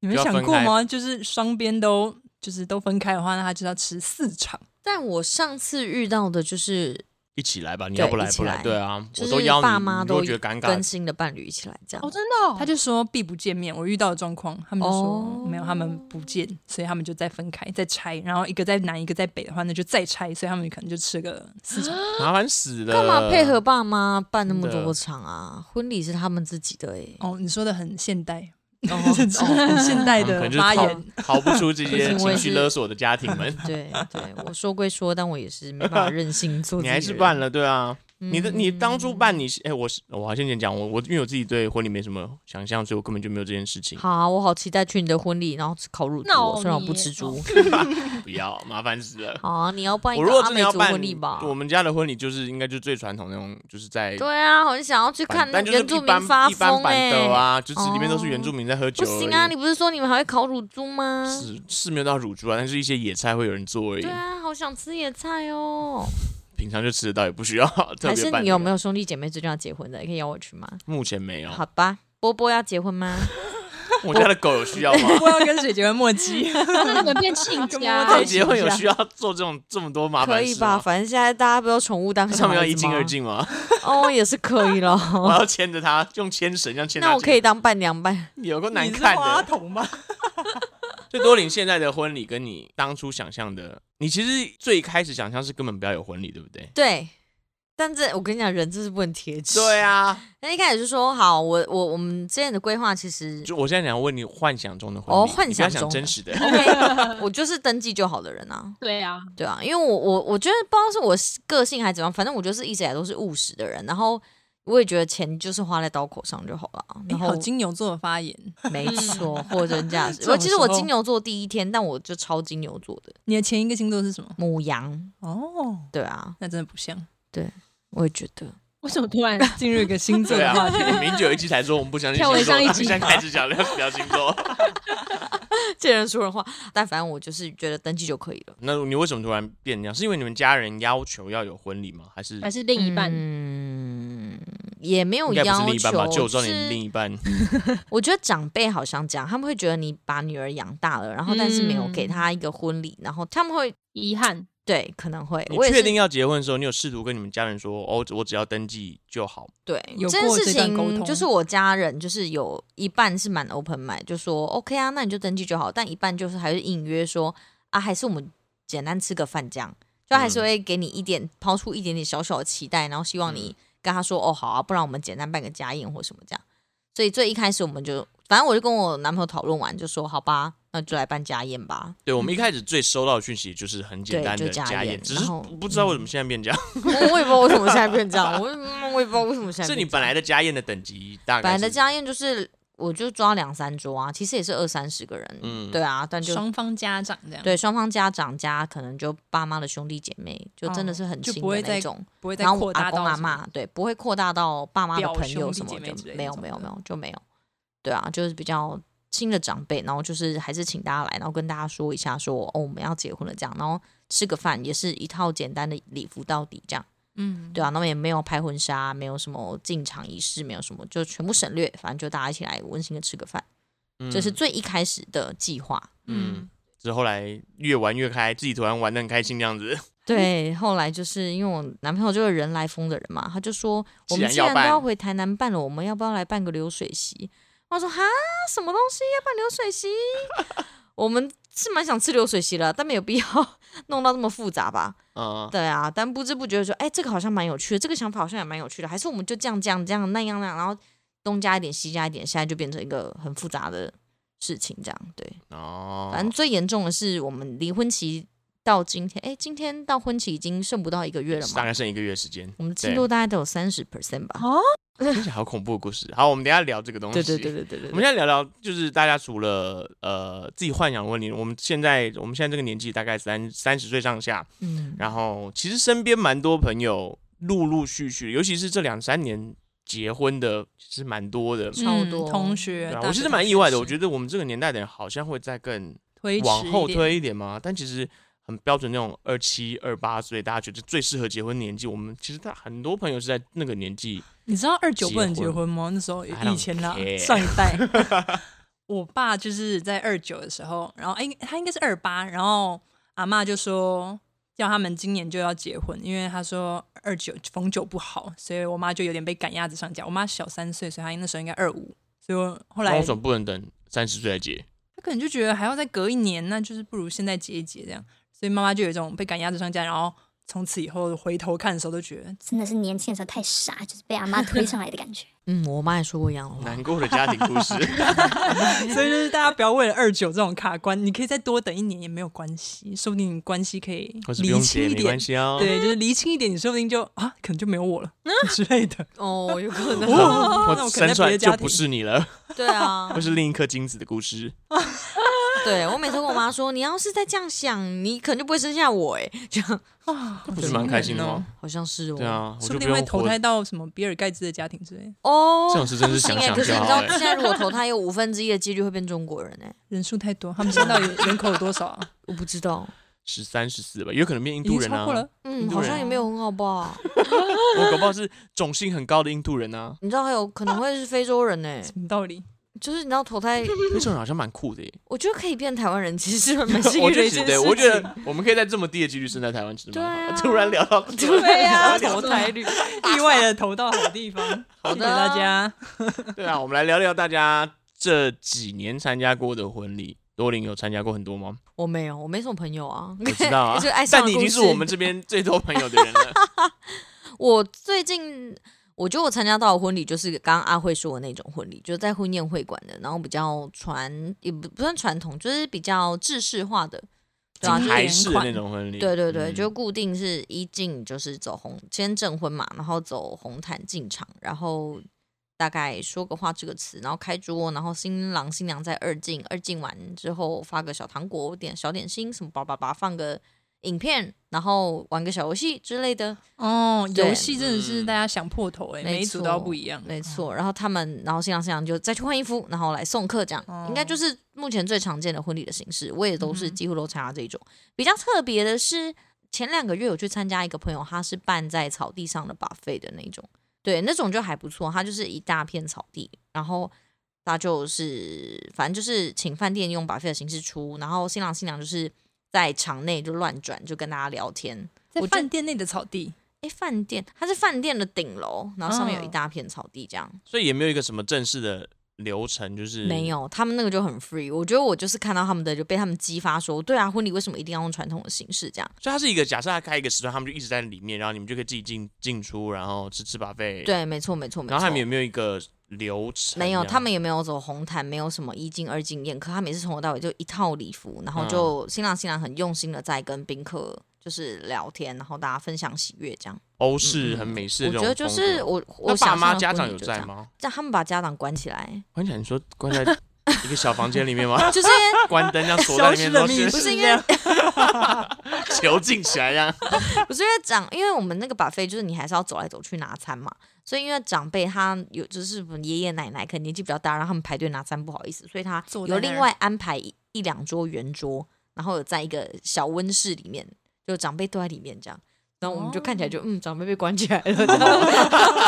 Speaker 4: 你们
Speaker 1: 就要
Speaker 4: 想
Speaker 1: 分
Speaker 4: 过
Speaker 1: 开
Speaker 4: 吗？就是双边都就是都分开的话，那他就要吃四场。
Speaker 2: 但我上次遇到的就是
Speaker 1: 一起来吧，你要不
Speaker 2: 一起
Speaker 1: 不
Speaker 2: 来
Speaker 1: 来，对啊，
Speaker 2: 就
Speaker 1: 我
Speaker 2: 是
Speaker 1: 都邀你，
Speaker 2: 爸妈
Speaker 1: 你
Speaker 2: 都
Speaker 1: 都觉得尴
Speaker 2: 跟
Speaker 1: 尬，
Speaker 2: 新的伴侣一起来这样
Speaker 3: 哦，。真的哦，
Speaker 4: 他就说必不见面。我遇到的状况，他们就说
Speaker 2: 哦
Speaker 4: 没有，他们不见，所以他们就再分开，再拆。然后一个在南，一个在北的话，那就再拆，所以他们可能就吃个四场。
Speaker 1: 麻烦死了。嗯
Speaker 2: 干嘛配合？爸妈办那么
Speaker 1: 真的
Speaker 2: 多场啊？婚礼是他们自己的哎、
Speaker 4: 哦，你说的很现代，
Speaker 2: 哦
Speaker 4: [LAUGHS] 很现
Speaker 1: 嗯
Speaker 4: 代
Speaker 1: 可
Speaker 4: 的
Speaker 1: 能就是
Speaker 4: 发
Speaker 1: 逃
Speaker 4: 言。
Speaker 1: 逃不
Speaker 2: [LAUGHS]
Speaker 1: 出这些
Speaker 2: 不是我也
Speaker 1: 情
Speaker 2: 是
Speaker 1: 绪勒索的家庭
Speaker 2: [LAUGHS]
Speaker 1: 们。
Speaker 2: 对对，我说归说，但我也是没办法
Speaker 1: [LAUGHS]
Speaker 2: 任性做。
Speaker 1: 你还是办，了，对啊，
Speaker 2: 嗯
Speaker 1: 你的你当初办你是，哎、我是我好像先讲，我我因为我自己对婚礼没什么想象，所以我根本就没有这件事情。
Speaker 2: 好啊、我好期待去你的婚礼，然后吃烤乳猪
Speaker 3: 那
Speaker 2: 哦，
Speaker 3: 我
Speaker 2: 虽然我
Speaker 3: 你
Speaker 2: 不吃 [LAUGHS] 猪。
Speaker 1: 不要，麻烦死
Speaker 2: [LAUGHS]
Speaker 1: 了。
Speaker 2: 好啊，你要办一
Speaker 1: 我如果
Speaker 2: 个阿
Speaker 1: 真的
Speaker 2: 美
Speaker 1: 要
Speaker 2: 族
Speaker 1: 办
Speaker 2: 婚礼吧？
Speaker 1: 我们家的婚礼就是应该就是最传统那种，就是在
Speaker 2: 对啊，我很想要去
Speaker 1: 板
Speaker 2: 看
Speaker 1: 但就是
Speaker 2: 原
Speaker 1: 一
Speaker 2: 住
Speaker 1: 般
Speaker 2: 民发
Speaker 1: 一般
Speaker 2: 疯
Speaker 1: 板
Speaker 2: 哎、
Speaker 1: 凳啊，就是里面都
Speaker 2: 哦
Speaker 1: 是原住民在喝酒
Speaker 2: 不
Speaker 1: 而已。
Speaker 2: 行啊，你不是说你们还会烤乳猪吗？
Speaker 1: 是是没有到乳猪啊，但是一些野菜会有人做而已
Speaker 2: 嗯对，啊，好想吃野菜哦。
Speaker 1: 平常就吃得到，也不需要 [LAUGHS] 特
Speaker 2: 还
Speaker 1: 别
Speaker 2: 是
Speaker 1: 办。
Speaker 2: 你有没？有兄弟姐妹最近要结婚的，可以邀我去吗？
Speaker 1: 目前没有。
Speaker 2: 好吧，波波要结婚吗？
Speaker 1: [LAUGHS] 我家的狗有需要
Speaker 2: [LAUGHS]
Speaker 1: 吗？ [LAUGHS]
Speaker 4: 我要跟水结婚默契，
Speaker 3: 那你们变亲
Speaker 4: 跟
Speaker 3: 家
Speaker 4: 我
Speaker 1: 他
Speaker 4: 在
Speaker 1: 们
Speaker 4: 一起
Speaker 1: 结婚有
Speaker 4: 一下
Speaker 1: 需要做这种这么多麻
Speaker 2: 可
Speaker 1: 烦
Speaker 2: 以
Speaker 1: 事
Speaker 2: 吧，
Speaker 1: 吗？
Speaker 2: 反正现在大家不都宠物当小
Speaker 1: 上
Speaker 2: 孩
Speaker 1: 面 [LAUGHS] 要
Speaker 2: 子吗？
Speaker 1: 一进二进吗？
Speaker 2: [LAUGHS] 哦，也是可以了。
Speaker 1: [LAUGHS] 我要牵着它，用牵绳这样牵它进。
Speaker 2: 那我可以当伴娘伴，
Speaker 1: 有个 [LAUGHS] 难
Speaker 4: 你是
Speaker 1: 看
Speaker 4: 花
Speaker 1: 的。
Speaker 4: 童吧？
Speaker 1: 所以多林现在的婚礼跟你当初想象的，你其实最开始想象是根本不要有婚礼，对不对？
Speaker 2: 对。但这我跟你讲，人真是不能贴纸。
Speaker 1: 对啊，
Speaker 2: 那一开始就说好，我我我们之前的规划其实
Speaker 1: 就我现在想问你幻想中的婚礼，
Speaker 2: 哦幻
Speaker 1: 你不要
Speaker 2: 想
Speaker 1: 想
Speaker 2: 中的
Speaker 1: 真实的。
Speaker 2: [LAUGHS]
Speaker 1: 嗯
Speaker 2: OK，我就是登记就好的人啊，
Speaker 3: 对啊，
Speaker 2: 对啊，因为我我我觉得不知道是我个性还是怎么样，反正我就是一直以来都是务实的人，然后我也觉得钱就是花在刀口上就好了啊，
Speaker 4: 你
Speaker 2: 然
Speaker 1: 哎
Speaker 2: 后
Speaker 4: 哎好金牛座的发言，
Speaker 1: [LAUGHS]
Speaker 2: 没错，货真价实。
Speaker 4: 这种
Speaker 2: 我其实我
Speaker 4: 时候
Speaker 2: 金牛座第一天，但我就超金牛座的
Speaker 4: 你的前一个星座是什么？
Speaker 2: 母羊，
Speaker 4: 哦，
Speaker 2: 对啊，
Speaker 4: 那真的不像。
Speaker 2: 我也觉得。
Speaker 3: 为什么突然？
Speaker 4: 进入一个星座
Speaker 1: 对
Speaker 4: 的话
Speaker 1: 啊
Speaker 4: 题，，
Speaker 1: 我们明九一期才说我们不相信
Speaker 3: 跳
Speaker 2: [LAUGHS]
Speaker 1: 星
Speaker 3: 回
Speaker 1: 座，
Speaker 3: 上一
Speaker 1: 然后
Speaker 3: 集
Speaker 1: 现在开始讲聊聊星座。
Speaker 2: [LAUGHS] 见人说人话。但反正我就是觉得登记就可以了。
Speaker 1: 那你为什么突然变这样？是因为你们家人要求要有婚礼吗？还是
Speaker 3: 还是另一半？
Speaker 2: 嗯，也没有
Speaker 1: 应该不
Speaker 2: 要
Speaker 1: 是另一半吧？
Speaker 2: 求，
Speaker 1: 就我知道你
Speaker 2: 是
Speaker 1: 另一半，
Speaker 2: 我觉得长辈好像这样，他们会觉得你把女儿养大了，然后但是没有给
Speaker 3: 嗯
Speaker 2: 她一个婚礼，然后他们会
Speaker 3: 遗憾，
Speaker 2: 对可能会，
Speaker 1: 你
Speaker 2: 我也
Speaker 1: 确
Speaker 2: 是
Speaker 1: 定要结婚的时候，你有试图跟你们家人说哦，我只要登记就好。
Speaker 2: 对
Speaker 4: 有
Speaker 2: 件
Speaker 4: 过
Speaker 2: 事
Speaker 4: 这段沟
Speaker 2: 情，
Speaker 4: 通
Speaker 2: 就是我家人就是有一半是蛮 open mind，就说 OK 啊，那你就登记就好，但一半就是还是隐约说啊，还是我们简单吃个饭这样，就还是
Speaker 1: 嗯
Speaker 2: 会给你一点抛出一点点小小的期待，然后希望你跟他说、哦好啊，不然我们简单办个家宴或什么这样。所以最一开始我们就，反正我就跟我男朋友讨论完，就说好吧，那就来办家宴吧。
Speaker 1: 对，我们一开始最收到的讯息就是很简
Speaker 2: 嗯对
Speaker 1: 单的
Speaker 2: 就家
Speaker 1: 家
Speaker 2: 宴
Speaker 1: 宴，只
Speaker 2: 然
Speaker 1: 是
Speaker 2: 后嗯
Speaker 1: 不知道为什么现在变这样。
Speaker 2: [LAUGHS] 我我也不知道为什么现在变这样，我也我也不知道为什么
Speaker 1: [LAUGHS]
Speaker 2: 现在
Speaker 1: 是
Speaker 2: 变
Speaker 1: 你
Speaker 2: 这
Speaker 1: 本
Speaker 2: 样
Speaker 1: 来的家宴的等级大概
Speaker 2: 本来的
Speaker 1: 是
Speaker 2: 家宴就是我就抓两三桌啊，其实也是二三十个人，
Speaker 1: 嗯
Speaker 2: 对啊，但就
Speaker 4: [LAUGHS] 双方家长这样，，
Speaker 2: 对双方家长加可能就爸妈的兄弟姐妹，就真的是很
Speaker 4: 哦就
Speaker 2: 亲
Speaker 4: 不
Speaker 2: 的
Speaker 4: 会
Speaker 2: 那
Speaker 4: 再
Speaker 2: 种，
Speaker 4: 不会再
Speaker 2: 然后我
Speaker 4: 扩
Speaker 2: 阿
Speaker 4: 大
Speaker 2: 公
Speaker 4: 到
Speaker 2: 阿
Speaker 4: 什么
Speaker 2: 妈对，不会扩大到爸妈的
Speaker 4: 表
Speaker 2: 朋友
Speaker 4: 兄弟
Speaker 2: 什么
Speaker 4: 姐妹之
Speaker 2: 就
Speaker 4: 类的
Speaker 2: 没有
Speaker 4: 那
Speaker 2: 没有
Speaker 4: 种
Speaker 2: 没
Speaker 4: 的
Speaker 2: 有就没有，对啊，就是比较亲的长辈，然后就是还是请大家来，然后跟大家说一下说哦我们要结婚了这样，然后吃个饭也是一套简单的礼服到底这样。
Speaker 4: 嗯，
Speaker 2: 对啊，那么也没有拍婚纱，没有什么进场仪式，没有什么，就全部省略，反正就大家一起来温馨的吃个饭，这是
Speaker 1: 嗯
Speaker 2: 最一开始的计划。
Speaker 1: 嗯，之后来越玩越开，自己突然玩的很开心这样
Speaker 2: [LAUGHS]
Speaker 1: 子。
Speaker 2: 对，后来就是因为我男朋友就是人来疯的人嘛，他就说
Speaker 1: 既
Speaker 2: 我们
Speaker 1: 然
Speaker 2: 既
Speaker 1: 要
Speaker 2: 然都要
Speaker 1: 办
Speaker 2: 回台南办了，我们要不要来办个流水席？我说哈，什么东西要办流水席？ [LAUGHS] 我们是蛮想吃流水席了，但没有必要 [LAUGHS] 弄到这么复杂吧？
Speaker 1: 嗯，
Speaker 2: 对啊，但不知不觉地说，哎、这个好像蛮有趣的，这个想法好像也蛮有趣的，还是我们就这样这样这样那样那样，然后东加一点西加一点，现在就变成一个很复杂的事情，这样对。
Speaker 1: 哦，
Speaker 2: 反正最严重的是我们离婚期到今天，哎、今天到婚期已经剩不到一个月了
Speaker 1: 大
Speaker 2: 嘛，
Speaker 1: 概剩一个月时间，
Speaker 2: 我们进度大概都有三十 percent 吧。
Speaker 3: [LAUGHS] 哦，
Speaker 1: 听起来好恐怖的故事。好，我们等一下聊这个东西。
Speaker 2: 对对对对对对
Speaker 1: 我们现在聊聊，就是大家除了呃自己幻想的问题，我们现在我们现在这个年纪大概三三十岁上下，
Speaker 2: 嗯，
Speaker 1: 然后其实身边蛮多朋友陆陆续续，尤其是这两三年结婚的，其实蛮多的。
Speaker 2: 差不
Speaker 4: 嗯
Speaker 2: 多
Speaker 4: 同学
Speaker 1: 对啊，
Speaker 4: 大
Speaker 1: 我
Speaker 4: 学
Speaker 1: 其实蛮意外的，我
Speaker 4: 同学
Speaker 1: 觉得我们这个年代的人好像会再更
Speaker 4: 推迟
Speaker 1: 往后
Speaker 4: 一点，
Speaker 1: 推一点嘛，但其实很标准那种二七二八岁，大家觉得最适合结婚年纪，我们其实他很多朋友是在那个年纪，
Speaker 4: 你知道二九
Speaker 1: 结
Speaker 4: 不能结
Speaker 1: 婚
Speaker 4: 婚吗？那时候
Speaker 1: I don't
Speaker 4: 以前啦
Speaker 1: care，
Speaker 4: 上一代， [LAUGHS] 我爸就是在二九的时候，然后哎、他应该是二八，然后阿嬷就说叫他们今年就要结婚，因为他说二九逢九不好，所以我妈就有点被赶鸭子上架。我妈小三岁，所以她那时候应该二五，所以我后
Speaker 1: 然后
Speaker 4: 来
Speaker 1: 为什么不能等三十岁来结？
Speaker 4: 他可能就觉得还要再隔一年，那就是不如现在结一结这样。所以妈妈就有一种被赶鸭子上架，然后从此以后回头看的时候都觉得
Speaker 5: 真的是年轻的时候太傻，就是被阿妈推上来的感觉。 [LAUGHS]
Speaker 2: 嗯，我妈也说过一样的话。
Speaker 1: 难过的家庭故事， [LAUGHS]
Speaker 4: 所以就是大家不要为了二九这种卡关，你可以再多等一年也没有关系，说不定你关系可以
Speaker 1: 或是不
Speaker 4: 厘
Speaker 1: 用
Speaker 4: 清
Speaker 1: 结
Speaker 4: 一
Speaker 1: 没
Speaker 4: 点
Speaker 1: 关。系哦。
Speaker 4: 对，就是厘清一点，你说不定就啊，可能就没有我了
Speaker 1: [LAUGHS]
Speaker 4: 之类的。
Speaker 2: 哦，有可能，
Speaker 1: 哦，[LAUGHS] 我
Speaker 4: [LAUGHS] 那我可能
Speaker 1: 生
Speaker 4: 在
Speaker 1: 出来
Speaker 4: 别的
Speaker 1: 就
Speaker 4: 家庭
Speaker 1: 不是你
Speaker 4: [LAUGHS]
Speaker 1: 了，
Speaker 2: 对啊
Speaker 1: 或，是另一颗精子的故事。
Speaker 2: 对我每次跟我妈说，你要是再这样想，你可能就不会生下我，哎，这样
Speaker 4: 啊，
Speaker 1: 不是蛮开心的吗？
Speaker 2: 好像是哦，
Speaker 1: 对啊，我
Speaker 4: 说不
Speaker 1: 就
Speaker 4: 定会
Speaker 1: 用
Speaker 4: 投
Speaker 1: 活
Speaker 4: 胎。到什么比尔盖茨的家庭之类，
Speaker 2: 哦，
Speaker 1: 这种事真
Speaker 4: [LAUGHS]
Speaker 1: 是
Speaker 2: 不行
Speaker 1: 想
Speaker 2: 哎、
Speaker 1: 想
Speaker 2: 可是
Speaker 1: 就
Speaker 2: 你知
Speaker 1: 好
Speaker 2: 道，
Speaker 1: 哎。
Speaker 2: 现在如果投胎有五分之一的几率会变中国人哎、
Speaker 4: 人数太多，他们现在到底人口有多
Speaker 1: [LAUGHS]
Speaker 4: 少啊？
Speaker 2: 我不知道，
Speaker 1: 十三、十四吧，有可能变印
Speaker 4: 已
Speaker 1: 度
Speaker 4: 经
Speaker 1: 人
Speaker 4: 超
Speaker 1: 啊
Speaker 4: 过。了，
Speaker 2: 嗯，
Speaker 1: 印度
Speaker 2: 好
Speaker 1: 人
Speaker 2: 像也没有很好吧？
Speaker 1: 我搞不好是种姓很高的印度人啊。
Speaker 4: [LAUGHS]
Speaker 2: 你知道还有可能会是非洲人哎、
Speaker 4: 什么道理？
Speaker 2: 就是你知道投胎，
Speaker 1: 那种人好像蛮酷的耶。
Speaker 2: 我觉得可以变台湾人，其实是蛮幸
Speaker 1: 我
Speaker 2: 运的
Speaker 1: 就
Speaker 2: 一
Speaker 1: 觉
Speaker 2: 件
Speaker 1: 得，
Speaker 2: 事
Speaker 1: 我觉
Speaker 2: 情。
Speaker 1: 得我们可以在这么低的几率生在台湾，其实蛮好的。
Speaker 2: 对
Speaker 1: [LAUGHS]
Speaker 2: 啊
Speaker 1: 突然聊到，
Speaker 4: 对啊
Speaker 1: 聊
Speaker 4: 投
Speaker 1: 到
Speaker 4: 胎率， [LAUGHS] 意外的投到好地方。
Speaker 2: 好
Speaker 4: 谢
Speaker 2: 的
Speaker 4: 谢大家。
Speaker 1: 对啊，我们来聊聊大家这几年参加过的婚礼。多林有参加过很多吗？
Speaker 2: 我没有，我没什么朋友啊。
Speaker 1: 我知道啊
Speaker 2: [LAUGHS] 就爱，
Speaker 4: 哎
Speaker 2: 上
Speaker 1: 但
Speaker 2: 了
Speaker 1: 你已经
Speaker 2: 故
Speaker 1: 是
Speaker 2: 事
Speaker 1: 我们这边最多朋友的人
Speaker 4: [LAUGHS]
Speaker 1: 了。
Speaker 2: 我最近我觉得我参加到的婚礼就是刚刚阿慧说的那种婚礼，就是在婚宴会馆的，然后比较传也不不算传统，就是比较制式化的，对啊，
Speaker 4: 经
Speaker 2: 就是
Speaker 1: 还是那种婚礼，
Speaker 2: 对对对，
Speaker 1: 嗯
Speaker 2: 就固定是一进就是走红，先证婚嘛，然后走红毯进场，然后大概说个话这个词，然后开桌，然后新郎新娘在二进，二进完之后发个小糖果，点小点心什么叭叭叭，放个影片，然后玩个小游戏之类的，
Speaker 4: 哦，
Speaker 2: 对
Speaker 4: 游戏真的是
Speaker 1: 嗯
Speaker 4: 大家想破头哎、
Speaker 2: 没
Speaker 4: 每一组
Speaker 2: 错
Speaker 4: 都要不一样。
Speaker 2: 没错。然后他们，然后新郎新娘就再去换衣服，然后来送客，这样、
Speaker 4: 哦
Speaker 2: 应该就是目前最常见的婚礼的形式。我也都是
Speaker 4: 嗯哼
Speaker 2: 几乎都参加这一种。比较特别的是，前两个月我去参加一个朋友，他是办在草地上的 buffet 的那种，对，那种就还不错，它就是一大片草地，然后。他就是，反正就是请饭店用 buffet 的形式出，然后新郎新娘就是在场内就乱转，就跟大家聊天，
Speaker 4: 在
Speaker 2: 我就
Speaker 4: 饭店内的草地，
Speaker 2: 哎，饭店，它是饭店的顶楼，然后上面有一
Speaker 4: 哦
Speaker 2: 大片草地，这样、
Speaker 1: 所以也没有一个什么正式的流程，就是
Speaker 2: 没。有。他们那个就很 free，我觉得我就是看到他们的就被他们激发说，对啊，婚礼为什么一定要用传统的形式这样？
Speaker 1: 所以它是一个假设，它开一个时段，他们就一直在里面，然后你们就可以自己进进出，然后吃吃把费。。
Speaker 2: 对，没错，没错，没
Speaker 1: 然后他们有
Speaker 2: 错。
Speaker 1: 没有一个流程？
Speaker 2: 没有，他们也没有走红毯，没有什么一进二进宴客，他们也是从头到尾就一套礼服，然后
Speaker 1: 嗯
Speaker 2: 就新郎新娘很用心的在跟宾客就是聊天，然后大家分享喜悦这样。
Speaker 1: 欧式很
Speaker 2: 嗯
Speaker 1: 美式
Speaker 2: 我
Speaker 1: 的这
Speaker 2: 觉
Speaker 1: 种
Speaker 2: 得就是
Speaker 1: 风格
Speaker 2: 我
Speaker 1: 那
Speaker 2: 我
Speaker 1: 爸
Speaker 2: 想象
Speaker 1: 妈
Speaker 2: 的
Speaker 1: 家
Speaker 2: 婚
Speaker 1: 长
Speaker 2: 礼
Speaker 1: 有
Speaker 2: 就这
Speaker 1: 在
Speaker 2: 样？
Speaker 1: 吗？
Speaker 2: 这样他们把家长关
Speaker 1: [LAUGHS]
Speaker 2: 起来，
Speaker 1: 关起来，你说关在一个小房间里面吗？
Speaker 2: 就是因为
Speaker 1: 关灯，这样锁
Speaker 2: [LAUGHS]
Speaker 1: 在里面，然后
Speaker 4: 密
Speaker 1: 是
Speaker 2: 不
Speaker 4: 室
Speaker 2: 是因
Speaker 4: 这样
Speaker 1: [LAUGHS] 囚禁起来这样。
Speaker 2: 不是因为长，因为我们那个 buffet 就是你还是要走来走去拿餐嘛，所以因为长辈他有就是爷爷奶奶可能年纪比较大，让他们排队拿餐不好意思，所以他
Speaker 4: 坐在
Speaker 2: 有
Speaker 4: 那儿
Speaker 2: 另外安排一一两桌圆桌，然后有在一个小温室里面，就长辈都在里面这样。然后我们就看起来
Speaker 4: 哦
Speaker 2: 就、嗯，长辈被关起来
Speaker 4: [LAUGHS]
Speaker 2: 了，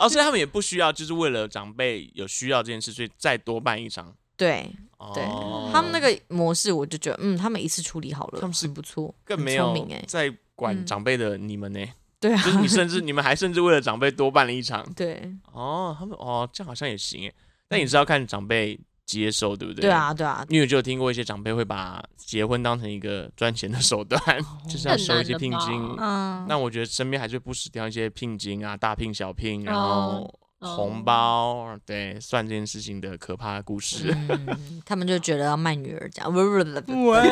Speaker 1: 哦，所以他们也不需要，就是为了长辈有需要这件事，所以再多办一场。
Speaker 2: 对对
Speaker 1: 哦，
Speaker 2: 他们那个模式，我就觉得嗯，他们一次处理好了，
Speaker 1: 他们是
Speaker 2: 很不错，
Speaker 1: 更
Speaker 2: 很
Speaker 1: 没
Speaker 2: 聪
Speaker 1: 有
Speaker 2: 明哎、
Speaker 1: 在管
Speaker 4: 嗯
Speaker 1: 长辈的你们呢，
Speaker 2: 对啊
Speaker 1: [LAUGHS] 就，是你甚至你们还甚至为了长辈多办了一场。
Speaker 2: 对
Speaker 1: 哦，他们哦，这样好像也行哎，但也是要看长辈接受，对不对？
Speaker 2: 对。啊对啊，
Speaker 1: 因为我就有听过一些长辈会把结婚当成一个赚钱的手段， [LAUGHS] 就是要
Speaker 3: 这很
Speaker 1: 收一
Speaker 3: 难
Speaker 1: 些
Speaker 3: 了
Speaker 1: 聘
Speaker 3: 吧
Speaker 1: 金。
Speaker 4: 嗯，
Speaker 1: 那我觉得身边还是不时掉一些聘金啊、大聘、小聘，然后
Speaker 3: 哦
Speaker 1: 红包，对，算这件事情的可怕的故事。
Speaker 2: 嗯，他们就觉得要卖女儿这样，不不不不不，
Speaker 1: 啊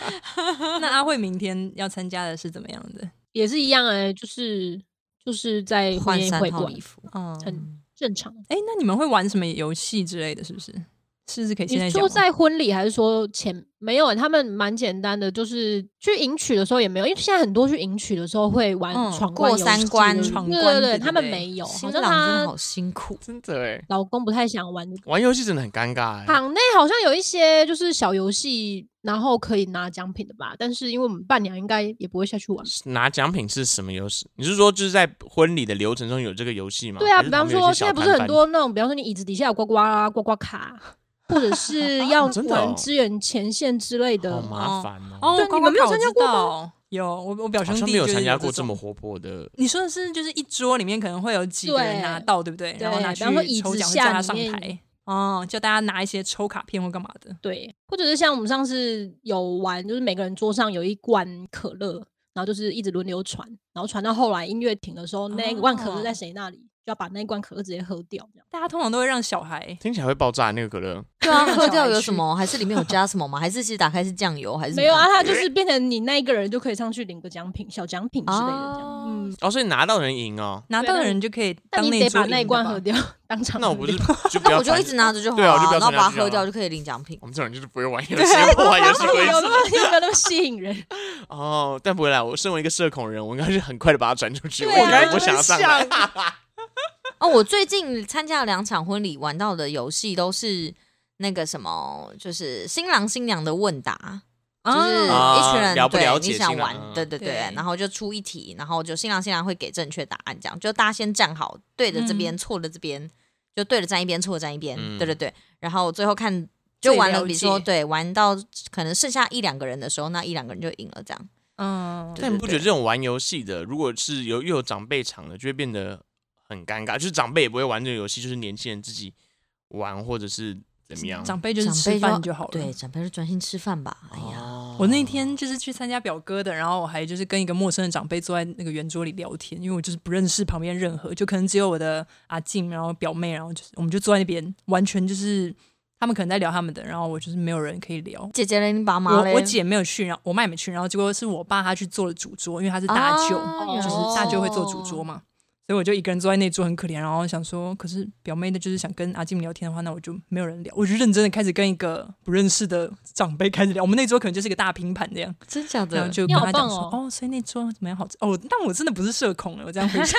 Speaker 4: [LAUGHS] 那阿慧明天要参加的是怎么样的？
Speaker 3: 也是一样哎、就是就是在婚
Speaker 2: 换
Speaker 3: 宴
Speaker 2: 三
Speaker 3: 会
Speaker 2: 套
Speaker 3: 馆
Speaker 2: 礼，服，
Speaker 4: 嗯，
Speaker 3: 很正常。
Speaker 4: 哎、那你们会玩什么游戏之类的？是不是？是不是可以现在
Speaker 3: 你
Speaker 4: 讲
Speaker 3: 说
Speaker 4: 吗？
Speaker 3: 在婚礼还是说前没有？他们蛮简单的，就是去迎娶的时候也没有，因为现在很多去迎娶的时候会玩
Speaker 4: 嗯
Speaker 3: 闯
Speaker 2: 过
Speaker 3: 关游戏、
Speaker 2: 三关
Speaker 4: 闯
Speaker 3: 对
Speaker 4: 关
Speaker 3: 对
Speaker 4: 对
Speaker 3: 对，
Speaker 4: 不
Speaker 3: 他们
Speaker 4: 对
Speaker 3: 没有，哦好
Speaker 2: 新
Speaker 3: 像
Speaker 2: 郎真的
Speaker 3: 他
Speaker 2: 好辛苦。
Speaker 1: [LAUGHS] 真的哎，
Speaker 3: 老公不太想玩这个。
Speaker 1: 玩游戏真的很尴尬哎。
Speaker 3: 场内好像有一些就是小游戏，然后可以拿奖品的吧，但是因为我们伴娘应该也不会下去玩。
Speaker 1: 拿奖品是什么游戏？你是说就是在婚礼的流程中有这个游戏吗？
Speaker 3: 对啊，
Speaker 1: 还是
Speaker 3: 比方
Speaker 1: 旁边有
Speaker 3: 说
Speaker 1: 一些小
Speaker 3: 现在不是
Speaker 1: 摊
Speaker 3: 很
Speaker 1: 贩
Speaker 3: 多那种，比方说你椅子底下有刮刮啊、刮刮卡，或
Speaker 1: [LAUGHS]
Speaker 3: 者是要
Speaker 1: 真的哦
Speaker 3: 玩支援前线之类的。
Speaker 1: 好麻烦哦。
Speaker 4: 哦
Speaker 3: 对，
Speaker 4: 刮
Speaker 3: 你
Speaker 4: 刮
Speaker 3: 们没有
Speaker 4: 卡我
Speaker 3: 参加
Speaker 4: 知
Speaker 3: 过吗
Speaker 4: 道有，我我表
Speaker 1: 好
Speaker 4: 兄
Speaker 1: 像
Speaker 4: 弟
Speaker 1: 没有
Speaker 4: 就是
Speaker 1: 参加过
Speaker 4: 有
Speaker 1: 这
Speaker 4: 种
Speaker 1: 么。活泼的，
Speaker 4: 你说的是就是一桌里面可能会有几个人
Speaker 3: 对
Speaker 4: 拿到，对不对？然后
Speaker 3: 对
Speaker 4: 拿
Speaker 3: 比
Speaker 4: 去
Speaker 3: 方说椅
Speaker 4: 抽
Speaker 3: 子
Speaker 4: 奖，会
Speaker 3: 下
Speaker 4: 叫他
Speaker 3: 里
Speaker 4: 上
Speaker 3: 面
Speaker 4: 台哦，叫大家拿一些抽卡片或干嘛的。
Speaker 3: 对，或者是像我们上次有玩，就是每个人桌上有一罐可乐，然后就是一直轮流传，然后传到后来音乐停的时候，那一罐可乐
Speaker 4: 哦
Speaker 1: 啊
Speaker 3: 在谁那里，就要把那一罐可乐直接喝掉。这样
Speaker 4: 大家通常都会让小孩
Speaker 1: 听起来会爆炸那个可乐。
Speaker 2: 对啊，
Speaker 4: 让
Speaker 2: 喝
Speaker 4: 小
Speaker 2: 掉
Speaker 4: 孩
Speaker 2: 有
Speaker 4: 去
Speaker 2: 什么？还是里面有加什么吗？还是其实打开是酱油？还是
Speaker 3: 没有啊，
Speaker 2: 什么
Speaker 3: 他就是变成你那一个人就可以上去领个奖品、小奖品之类的这样。
Speaker 2: 哦
Speaker 3: 嗯，
Speaker 1: 哦，所以拿到人赢哦。
Speaker 4: 拿到的人就可以
Speaker 3: 但
Speaker 4: 当
Speaker 3: 你得
Speaker 4: 桌
Speaker 3: 把那一
Speaker 4: 赢的
Speaker 3: 罐
Speaker 4: 吧
Speaker 3: 喝掉，当
Speaker 1: [LAUGHS]
Speaker 3: 场
Speaker 1: 那我
Speaker 3: 喝
Speaker 1: 不 [LAUGHS] 是就
Speaker 3: [LAUGHS] 掉
Speaker 1: 不
Speaker 2: 那
Speaker 1: 要？
Speaker 2: 我就一直。拿着就好
Speaker 1: 对啊我就不要
Speaker 2: 然后
Speaker 1: 参加
Speaker 2: 把它
Speaker 1: 就好
Speaker 2: 喝掉
Speaker 1: 了
Speaker 2: 就可以领奖品。
Speaker 1: 我们这种人就是不会玩游戏， [LAUGHS] 不玩游戏规
Speaker 3: 有
Speaker 1: 则。
Speaker 3: 那么
Speaker 1: [LAUGHS]
Speaker 3: 有那么吸引人？
Speaker 1: 哦，但不会啦，我身为一个社恐人，我应该是很快的把它转出去。
Speaker 3: 对
Speaker 1: 我
Speaker 3: 啊
Speaker 1: 应该不想要上来。
Speaker 2: 哦，我最近参加了两场婚礼，玩到的游戏都是那个什么，就是新郎新娘的问答，就是
Speaker 4: 啊
Speaker 2: 一群人、
Speaker 1: 了不
Speaker 2: 对
Speaker 1: 了
Speaker 2: 你
Speaker 1: 解
Speaker 2: 想
Speaker 1: 新郎
Speaker 2: 玩
Speaker 1: 嗯，
Speaker 2: 对对对，
Speaker 4: 对
Speaker 2: 然后就出一题，然后就新郎新娘会给正确答案，这样就大家先站好，对的这边，
Speaker 4: 嗯
Speaker 2: 错的这边，就对的站一边，错的站一边，
Speaker 1: 嗯
Speaker 2: 对对对，然后最后看就
Speaker 4: 最
Speaker 2: 玩
Speaker 4: 了
Speaker 2: 了，比如说
Speaker 4: 解
Speaker 2: 对玩到可能剩下一两个人的时候，那一两个人就赢了，这样
Speaker 4: 嗯，
Speaker 1: 但你不觉得这种玩游戏的，如果是有又有长辈场的，就会变得很尴尬，就是长辈也不会玩这个游戏，就是年轻人自己玩或者是怎么样。
Speaker 4: 长辈就是
Speaker 2: 长
Speaker 4: 吃
Speaker 2: 辈
Speaker 4: 饭就好了。
Speaker 2: 对，长辈就专心吃饭吧。哎呀，
Speaker 1: 哦
Speaker 4: 我那天就是去参加表哥的，然后我还就是跟一个陌生的长辈坐在那个圆桌里聊天，因为我就是不认识旁边任何，就可能只有我的阿静，然后表妹，然后就是我们就坐在那边，完全就是他们可能在聊他们的，然后我就是没有人可以聊。
Speaker 2: 姐姐嘞，你爸妈嘞？
Speaker 4: 我我姐没有去，然后我妈也没去，然后结果是我爸他去做了主桌，因为他是大舅，
Speaker 2: 啊
Speaker 4: 就是
Speaker 3: 有
Speaker 4: 大舅会做主桌嘛，所以我就一个人坐在那桌很可怜，然后想说，可是表妹呢，就是想跟阿静聊天的话，那我就没有人聊，我就认真的开始跟一个不认识的长辈开始聊。我们那桌可能就是一个大拼盘这样，
Speaker 2: 真假
Speaker 4: 然后
Speaker 2: 的？
Speaker 4: 就
Speaker 3: 你
Speaker 4: 跟
Speaker 3: 好
Speaker 4: 他讲说，
Speaker 3: 棒
Speaker 4: 哦所以那桌怎么样好吃？哦，但我真的不是社恐了，我这样回想，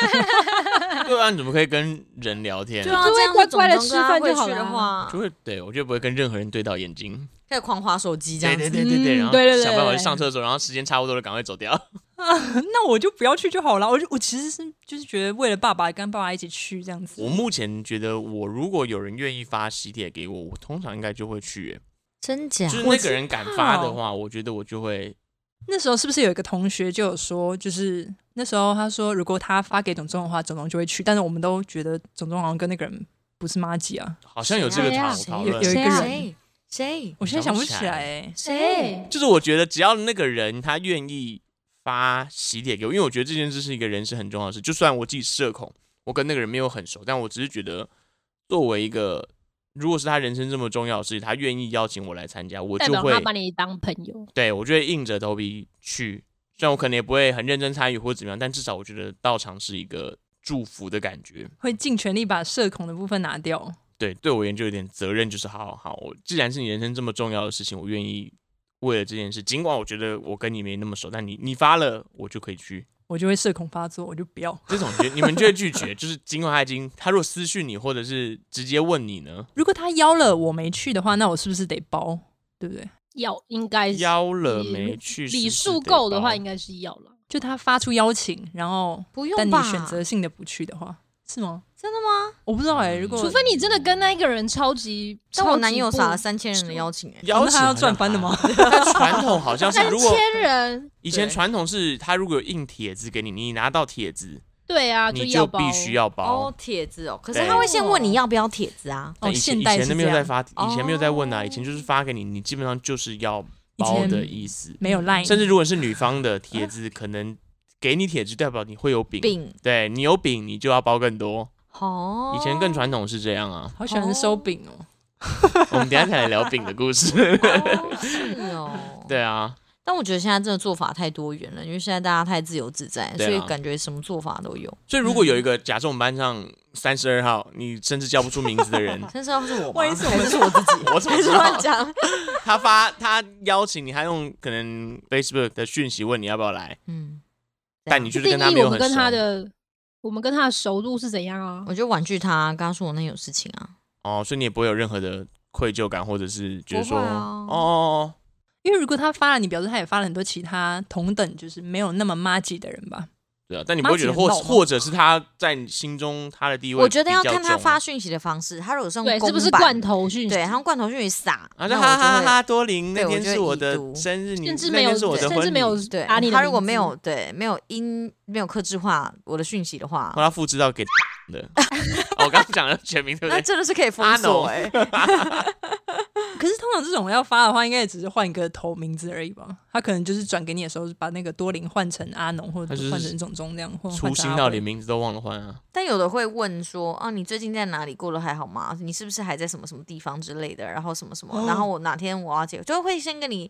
Speaker 4: [LAUGHS]
Speaker 1: 对啊，你怎么可以跟人聊天？
Speaker 2: 对啊，
Speaker 3: 就会
Speaker 2: 这样
Speaker 3: 乖
Speaker 2: 子
Speaker 3: 乖地
Speaker 2: 总
Speaker 3: 吃
Speaker 2: 跟他
Speaker 3: 饭
Speaker 2: 回
Speaker 3: 就好
Speaker 2: 去的
Speaker 3: 啦
Speaker 2: 话
Speaker 4: 啊
Speaker 1: 就，会对我就不会跟任何人对到眼睛。
Speaker 2: 开始狂划手机这
Speaker 1: 对
Speaker 2: 样
Speaker 1: 对
Speaker 2: 子。
Speaker 1: 对对对，
Speaker 3: 嗯
Speaker 1: 然后
Speaker 3: 对对对
Speaker 1: 想办法
Speaker 3: 对
Speaker 1: 去上厕所，然后时间差不多了，赶快走掉。 [LAUGHS]
Speaker 4: 那我就不要去就好了。我就我其实是就是觉得为了爸爸跟爸爸一起去这样子
Speaker 1: 我，目前觉得，我如果有人愿意发喜帖给我，我通常应该就会去、欸
Speaker 2: 真假
Speaker 3: 啊
Speaker 1: 就是那个人敢发的话，我觉得我就会。
Speaker 4: 那时候是不是有一个同学就有说，就是那时候他说，如果他发给董总的话，董总就会去。但是我们都觉得董总好像跟那个人不是妈吉啊。
Speaker 1: 好像有这个
Speaker 3: 谁啊
Speaker 1: 讨讨
Speaker 4: 有
Speaker 1: 论，
Speaker 4: 有一个
Speaker 3: 人
Speaker 2: 谁谁
Speaker 4: 我现在想不
Speaker 1: 想不
Speaker 4: 起
Speaker 1: 起
Speaker 4: 来、
Speaker 1: 来
Speaker 4: 欸，
Speaker 2: 谁？
Speaker 1: 就是我觉得只要那个人他愿意发喜帖给我，因为我觉得这件事是一个人生很重要的事。就算我自己社恐，我跟那个人没有很熟，但我只是觉得作为一个，如果是他人生这么重要的事，他愿意邀请我来参加，我
Speaker 3: 代
Speaker 1: 就
Speaker 3: 表
Speaker 1: 会
Speaker 3: 他把你当朋友。
Speaker 1: 对我就会硬着头皮去，虽然我可能也不会很认真参与或怎么样，但至少我觉得到场是一个祝福的感觉。
Speaker 4: 会尽全力把社恐的部分拿掉。
Speaker 1: 对，对我研究有点责任，就是好好好，我既然是你人生这么重要的事情，我愿意为了这件事，尽管我觉得我跟你没那么熟，但你你发了，我就可以去。
Speaker 4: 我就会社恐发作，我就不要。
Speaker 1: 这种你你们就会拒绝，就是尽管他已经他如果私讯你或者是直接问你呢，
Speaker 4: 如果他邀了我没去的话，那我是不是得包？对不对？
Speaker 3: 要应该是
Speaker 1: 邀了
Speaker 3: 你
Speaker 1: 没去，
Speaker 3: 礼
Speaker 1: 是不
Speaker 3: 数
Speaker 1: 是得
Speaker 3: 够的
Speaker 1: 包
Speaker 3: 话，应该是要了。
Speaker 4: 就他发出邀请，然后
Speaker 2: 不
Speaker 4: 但
Speaker 2: 用
Speaker 4: 你
Speaker 2: 吧？
Speaker 4: 选择性的不去的话，是吗？
Speaker 2: 真的吗？
Speaker 4: 我不知道哎、如果
Speaker 3: 除非你真的跟那一个人超级，
Speaker 2: 但我男友
Speaker 3: 超级
Speaker 2: 撒
Speaker 3: 不
Speaker 2: 了三千人的邀请，哎，
Speaker 1: 邀
Speaker 4: 哦那
Speaker 1: 请啊
Speaker 4: 他
Speaker 1: 好
Speaker 4: 要
Speaker 1: 像
Speaker 4: 赚翻的
Speaker 1: 还
Speaker 4: 吗
Speaker 1: 好？但传统好
Speaker 2: [LAUGHS]
Speaker 1: 像是
Speaker 3: 三
Speaker 1: 如果
Speaker 3: 千人，
Speaker 1: 以前
Speaker 2: 对
Speaker 1: 传统是，他如果有印帖子给你，你拿到帖子，
Speaker 3: 对啊，
Speaker 1: 你
Speaker 3: 要
Speaker 1: 就
Speaker 3: 包
Speaker 1: 必须。要包。
Speaker 2: 哦，帖子哦，可是
Speaker 1: 对
Speaker 2: 他会先问你要不要帖子啊？
Speaker 1: 但
Speaker 4: 哦，
Speaker 1: 以前
Speaker 4: 现
Speaker 1: 以
Speaker 4: 代
Speaker 1: 前
Speaker 4: 是
Speaker 1: 都没
Speaker 4: 这
Speaker 1: 有在
Speaker 4: 样，
Speaker 1: 发，以前没有在问啊，
Speaker 2: 哦
Speaker 1: 以前就是发给你，你基本上就是要包的意思。
Speaker 4: 没有 line，
Speaker 1: 甚至如果是女方的帖子，可能给你帖子代表你会有饼，
Speaker 2: 饼
Speaker 1: 对你有饼你就要包更多。
Speaker 2: 哦，
Speaker 1: 以前更传统是这样啊。 [LAUGHS]
Speaker 4: 好喜欢收饼哦。
Speaker 1: 我们等一下才来聊饼的故事。 [LAUGHS]
Speaker 2: 哦是哦，
Speaker 1: 对啊，
Speaker 2: 但我觉得现在真的做法太多元了，因为现在大家太自由自在，
Speaker 1: 对
Speaker 2: 所
Speaker 1: 啊
Speaker 2: 以感觉什么做法都有。，
Speaker 1: 所以如果有一个假设我们班上三十二号，你甚至叫不出名字的人
Speaker 2: 真是要是我吗？
Speaker 4: 万一是我
Speaker 2: 还是我自己？
Speaker 1: [LAUGHS] 我怎么
Speaker 2: 还
Speaker 1: 知
Speaker 2: 是
Speaker 1: 道
Speaker 2: 乱讲？
Speaker 1: 他发他邀请你，他用可能 Facebook 的讯息问你要不要来，
Speaker 2: 嗯，
Speaker 1: 但你
Speaker 3: 就
Speaker 1: 就是跟
Speaker 3: 定
Speaker 1: 他没
Speaker 3: 义
Speaker 1: 有
Speaker 3: 我们
Speaker 1: 很
Speaker 3: 跟
Speaker 1: 熟
Speaker 3: 他的，我们跟他的熟度是怎样啊？
Speaker 2: 我就婉拒他，跟他说我那有事情啊。
Speaker 1: 哦，所以你也不会有任何的愧疚感，或者是觉得说、
Speaker 2: 不会啊
Speaker 1: 哦哦
Speaker 4: 因为如果他发了，你表示他也发了很多其他同等就是没有那么妈吉的人吧？
Speaker 1: 对啊，但你不会觉得
Speaker 4: 妈
Speaker 1: 或
Speaker 4: 姐很老吗
Speaker 1: 或者是他在你心中他的地位，
Speaker 2: 我觉得要看
Speaker 1: 啊
Speaker 2: 他发。讯息的方式，他如果是
Speaker 3: 对，
Speaker 2: 用
Speaker 3: 是不
Speaker 2: 公
Speaker 3: 是
Speaker 2: 版
Speaker 3: 罐头讯息？
Speaker 2: 对，他用罐头讯息撒，
Speaker 1: 啊，
Speaker 2: 那
Speaker 1: 就
Speaker 2: 我
Speaker 1: 哈
Speaker 2: 就
Speaker 1: 哈
Speaker 2: 会
Speaker 1: 哈！多林
Speaker 2: 对
Speaker 1: 那
Speaker 2: 我
Speaker 1: 天
Speaker 2: 就会
Speaker 1: 是我
Speaker 2: 已
Speaker 1: 的
Speaker 2: 读
Speaker 1: 生日，你
Speaker 3: 甚至
Speaker 1: 那
Speaker 3: 没有
Speaker 1: 天是我的
Speaker 3: 甚
Speaker 1: 婚
Speaker 3: 至没有
Speaker 1: 礼
Speaker 2: 对
Speaker 3: 打你的
Speaker 2: 他如果
Speaker 3: 名
Speaker 2: 没
Speaker 3: 字
Speaker 2: 有对没有音没有克制化我的讯息的话
Speaker 1: 后，来复制到
Speaker 2: [LAUGHS]
Speaker 1: 给的。哦我刚刚讲了全名对不对？
Speaker 2: 那真的是可以
Speaker 1: 哎阿
Speaker 2: 封锁
Speaker 1: 农
Speaker 2: 哎、
Speaker 4: 可是通常这种要发的话，应该也只是换一个头名字而已吧？他可能就是转给你的时候，把那个多林换成阿农，或
Speaker 1: 他
Speaker 4: 者
Speaker 1: 就是
Speaker 4: 换成种种这样，或者换
Speaker 1: 粗
Speaker 4: 成
Speaker 1: 心
Speaker 4: 阿
Speaker 1: 到
Speaker 4: 伟
Speaker 1: 连名字都忘了换啊！
Speaker 2: [LAUGHS] 但有的会问说啊，你最近在哪里过得还好吗？你是不是还在什么什么地方之类的？然后什么什么，
Speaker 3: 哦
Speaker 2: 然后我哪天我要结，就会先跟你